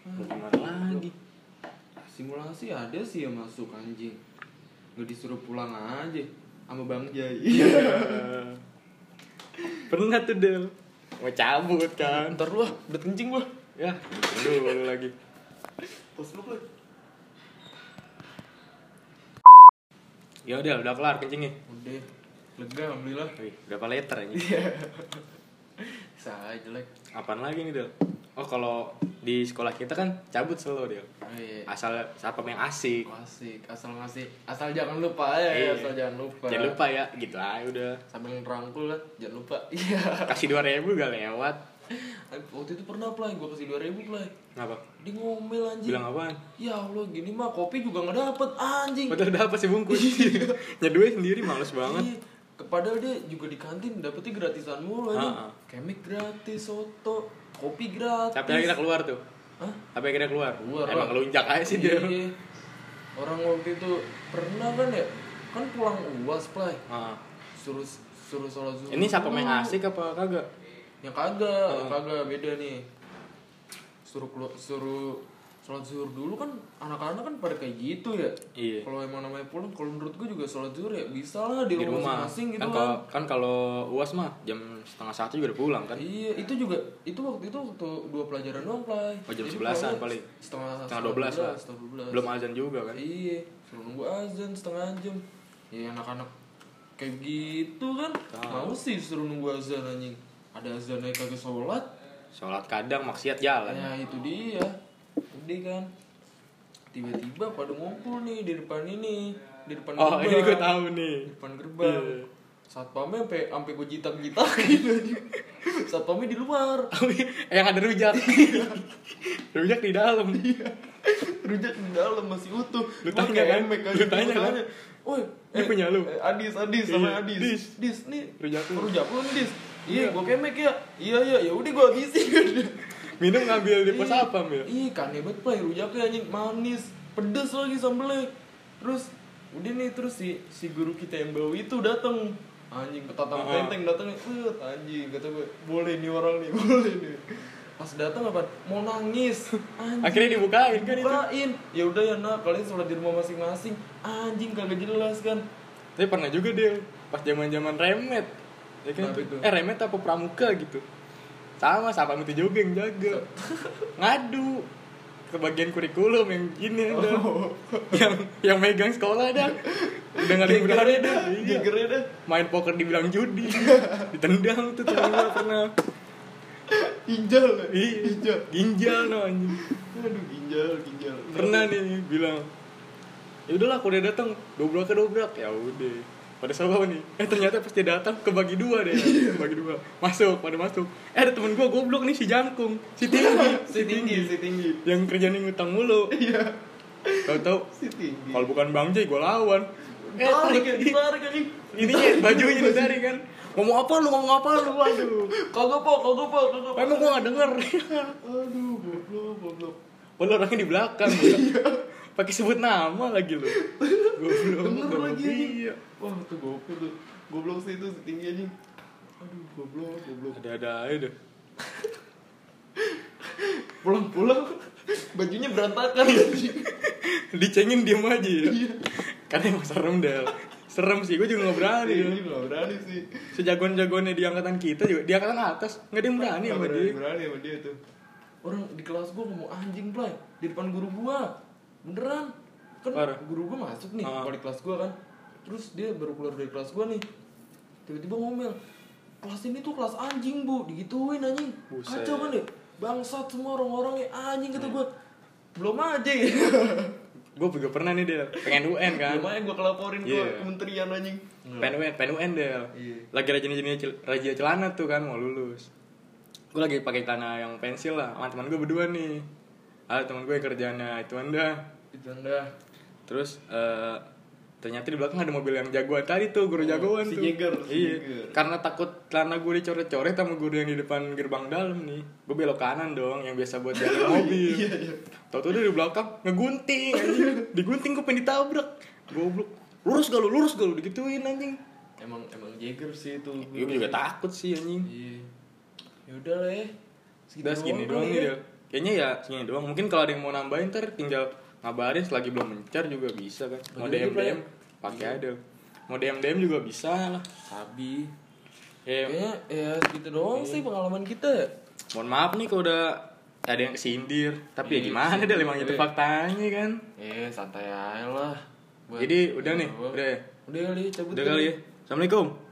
B: mau gimana lagi
A: Simulasi ada sih yang masuk anjing Nggak disuruh pulang aja Sama Bang Jai Iya
B: [laughs] pernah tuh Del mau cabut kan
A: Ntar lu ah, udah kencing gua
B: ya dulu lagi
A: Pos lu lagi
B: ya udah udah kelar kencingnya
A: Udah, lega alhamdulillah
B: Wih, berapa liter aja
A: [laughs] Saya jelek
B: apaan lagi nih Del oh kalau di sekolah kita kan cabut selalu Del
A: Oh, iya.
B: asal siapa yang asik
A: Asik, asal ngasih, asal jangan lupa ya,
B: Iya.
A: asal jangan lupa.
B: jangan lupa ya gitu aja udah
A: Sambil ngerangkul lah, jangan
B: [laughs]
A: lupa. Iya.
B: kasih dua ribu gak lewat
A: Waktu itu pernah play, gua kasih 2000 play.
B: ngapa
A: Dia ngomel anjing.
B: bilang apaan
A: Ya Allah, gini mah kopi juga nggak dapet anjing.
B: Padahal udah apa sih [laughs] bungkus Nyeduhin sendiri males banget
A: Iya. Padahal dia juga di kantin dapetnya gratisan mulu anjing.
B: Ha-ha.
A: Kemik gratis, soto, kopi gratis.
B: Tapi akhirnya keluar tuh
A: Hah?
B: Tapi akhirnya keluar,
A: Keluar
B: Emang
A: lah.
B: kelunjak aja sih dia
A: Iya. Orang waktu itu pernah kan ya, kan pulang uas play.
B: Ah.
A: Suruh suruh sholat zuhur.
B: Ini siapa main
A: dulu.
B: Ah. asik apa kagak?
A: yang kagak yang kagak beda nih suruh kelu- suruh sholat zuhur dulu kan anak-anak kan pada kayak gitu ya
B: Iya
A: kalau emang namanya pulang kalau menurut gue juga sholat zuhur ya bisa lah di,
B: di
A: rumah
B: rumah
A: masing-masing gitu
B: kan,
A: kan,
B: kalau kan kalau uas mah jam setengah satu juga udah pulang kan
A: iya itu juga itu waktu itu waktu dua pelajaran doang play
B: Oh, jam
A: Jadi
B: 11-an
A: pulangnya
B: paling.
A: setengah
B: Setengah 12 lah.
A: setengah 12.
B: belum azan juga kan
A: iya suruh nunggu azan setengah jam ya anak-anak kayak gitu kan mau
B: Tahu.
A: sih suruh nunggu azan anjing ada azan aja kagak sholat
B: sholat kadang maksiat jalan Oh,
A: Ya itu dia. Udah kan. Tiba-tiba pada ngumpul nih di depan ini, di depan
B: oh
A: gerbang.
B: ini gue tahu nih
A: Di depan gerbang.
B: Iya.
A: Satpamnya sampai sampai gue [laughs] jitak-jitakin aja. Satpamnya di luar.
B: yang ada
A: [laughs]
B: rujak rujak di dalam
A: Rujak di dalam masih utuh.
B: Lu
A: Gua
B: tanya
A: kayak
B: kan?
A: emek aja.
B: Lu tanya
A: Gua
B: kan?
A: Woi,
B: Ini punya lu?"
A: eh, Adis, Adis sama
B: Iya,
A: Adis.
B: "Dis.
A: Dis nih.
B: Rujak lu."
A: Rujak lu nih, Dis. Iya, gue kemek ya. Iya, iya, ya udah gue habisin.
B: minum ngambil di pos
A: Ih,
B: apa mil
A: Ih, kan hebat play rujaknya anjing manis, pedes lagi sambelnya. Terus udah nih terus si si guru kita yang bawa itu datang. Anjing petatang
B: Ah.
A: penteng datang. Eh, anjing kata gue, boleh nih orang nih, [laughs] boleh nih. Pas datang apa? Mau
B: [laughs]
A: nangis. Anjing.
B: akhirnya dibukain kan itu
A: Bukain. Ya udah ya nak, kalian sholat di rumah masing-masing. Anjing kagak jelas kan.
B: Tapi pernah juga dia pas zaman-zaman remet. Ya
A: Kenapa
B: kan tuh?
A: itu?
B: Eh remet apa pramuka gitu. Sama sama itu juga yang jaga. [laughs] Ngadu ke bagian kurikulum yang ini ada. Yang yang megang sekolah dah. Udah nggak ada yang berani
A: Gegernya
B: dah.
A: dah,
B: Iya.
A: gegernya dah.
B: Main poker dibilang judi. [laughs] Ditendang tuh temen gua pernah.
A: Ginjal,
B: Iya.
A: ginjal.
B: Ginjal no anjing.
A: Aduh, ginjal, ginjal.
B: Pernah nih bilang. Ya udahlah aku udah datang, dobrak ke dobrak. Ya udah. Pada sama nih. Eh ternyata pas dia datang kebagi dua deh. Kebagi dua. Masuk, pada masuk. Eh ada temen gua goblok nih si jangkung, si tinggi,
A: [laughs] Si tinggi, si tinggi.
B: yang kerjanya ngutang mulu.
A: Iya,
B: Tahu-tahu
A: si tinggi.
B: kalau bukan Bang J gua lawan. Eh,
A: tarik ya,
B: tarik.
A: tarik anjing.
B: ini bajunya dari kan. Ngomong apa lu, ngomong apa lu, waduh.
A: Kagak pak, kagak pak, kagak. Pak.
B: Emang gua gak denger. [laughs]
A: Aduh, goblok, goblok.
B: Walau orangnya di belakang. gua.
A: Iya.
B: Pakai sebut nama lagi lu. Goblok.
A: Denger lagi anjing.
B: Iya.
A: Wah, tuh gokil tuh. Goblok sih itu si tinggi anjing. Aduh, goblok, goblok.
B: Ada-ada aja deh.
A: Pulang, pulang. bajunya berantakan anjing.
B: [laughs] dicengin diem aja ya
A: Iya.
B: karena emang serem Del serem sih gue juga nggak berani
A: ini gak berani sih
B: sejagoan jagoannya di angkatan kita juga di angkatan atas nggak ada yang berani
A: Nggak
B: sama
A: berani,
B: dia
A: berani sama dia tuh orang di kelas gua ngomong anjing play di depan guru gua beneran kan
B: Parah.
A: guru gua masuk nih
B: Ah.
A: balik kelas gua kan terus dia baru keluar dari kelas gua nih tiba-tiba ngomel kelas ini tuh kelas anjing bu digituin anjing
B: Buset.
A: kacau kan ya bangsat semua orang-orangnya anjing kata gua belum aja ya.
B: gue juga pernah nih Del pengen UN kan
A: belum aja gua kelaporin ke
B: Iya.
A: kementerian anjing
B: pengen UN pengen UN Del
A: Iya.
B: lagi rajin-rajinnya cel- rajia celana tuh kan mau lulus gue lagi pakai celana yang pensil lah sama teman gue berdua nih ada teman gue yang kerjanya itu anda
A: itu anda
B: terus eh, ternyata di belakang ada mobil yang jagoan tadi tuh guru
A: Oh,
B: jagoan
A: si
B: tuh
A: Jagger, si
B: iya
A: Jagger.
B: karena takut celana gue dicoret-coret sama guru yang di depan gerbang dalam nih gue belok kanan dong yang biasa buat
A: [laughs]
B: jalan mobil
A: iya iya
B: Tau tuh dia di belakang ngegunting anjing. Digunting gue pengen ditabrak Goblok Lurus gak lu, lurus gak lu digituin anjing
A: emang emang Jagger sih itu
B: Gue juga takut sih anjing
A: Iya. Ya udah lah ya. Segitu
B: Udah segini doang
A: kali
B: nih Del. Kayaknya ya segini doang Mungkin kalau ada yang mau nambahin ntar tinggal ngabarin selagi belum mencar juga bisa kan Mau
A: Bagi lagi, Iya.
B: DM-DM pakai aja Del. Mau DM-DM juga bisa lah
A: Sabi.
B: Eh,
A: Kayaknya ya segitu doang
B: Iya.
A: sih pengalaman kita ya.
B: mohon maaf nih kalau udah ada yang kesindir Tapi ya
A: Iya,
B: gimana
A: kesindir,
B: Del, emang itu
A: iya.
B: faktanya kan
A: Eh, santai aja lah. Buat-
B: Jadi udah nih,
A: Buat-
B: udah ya
A: Udah kali cabut.
B: Udah kali ya Assalamualaikum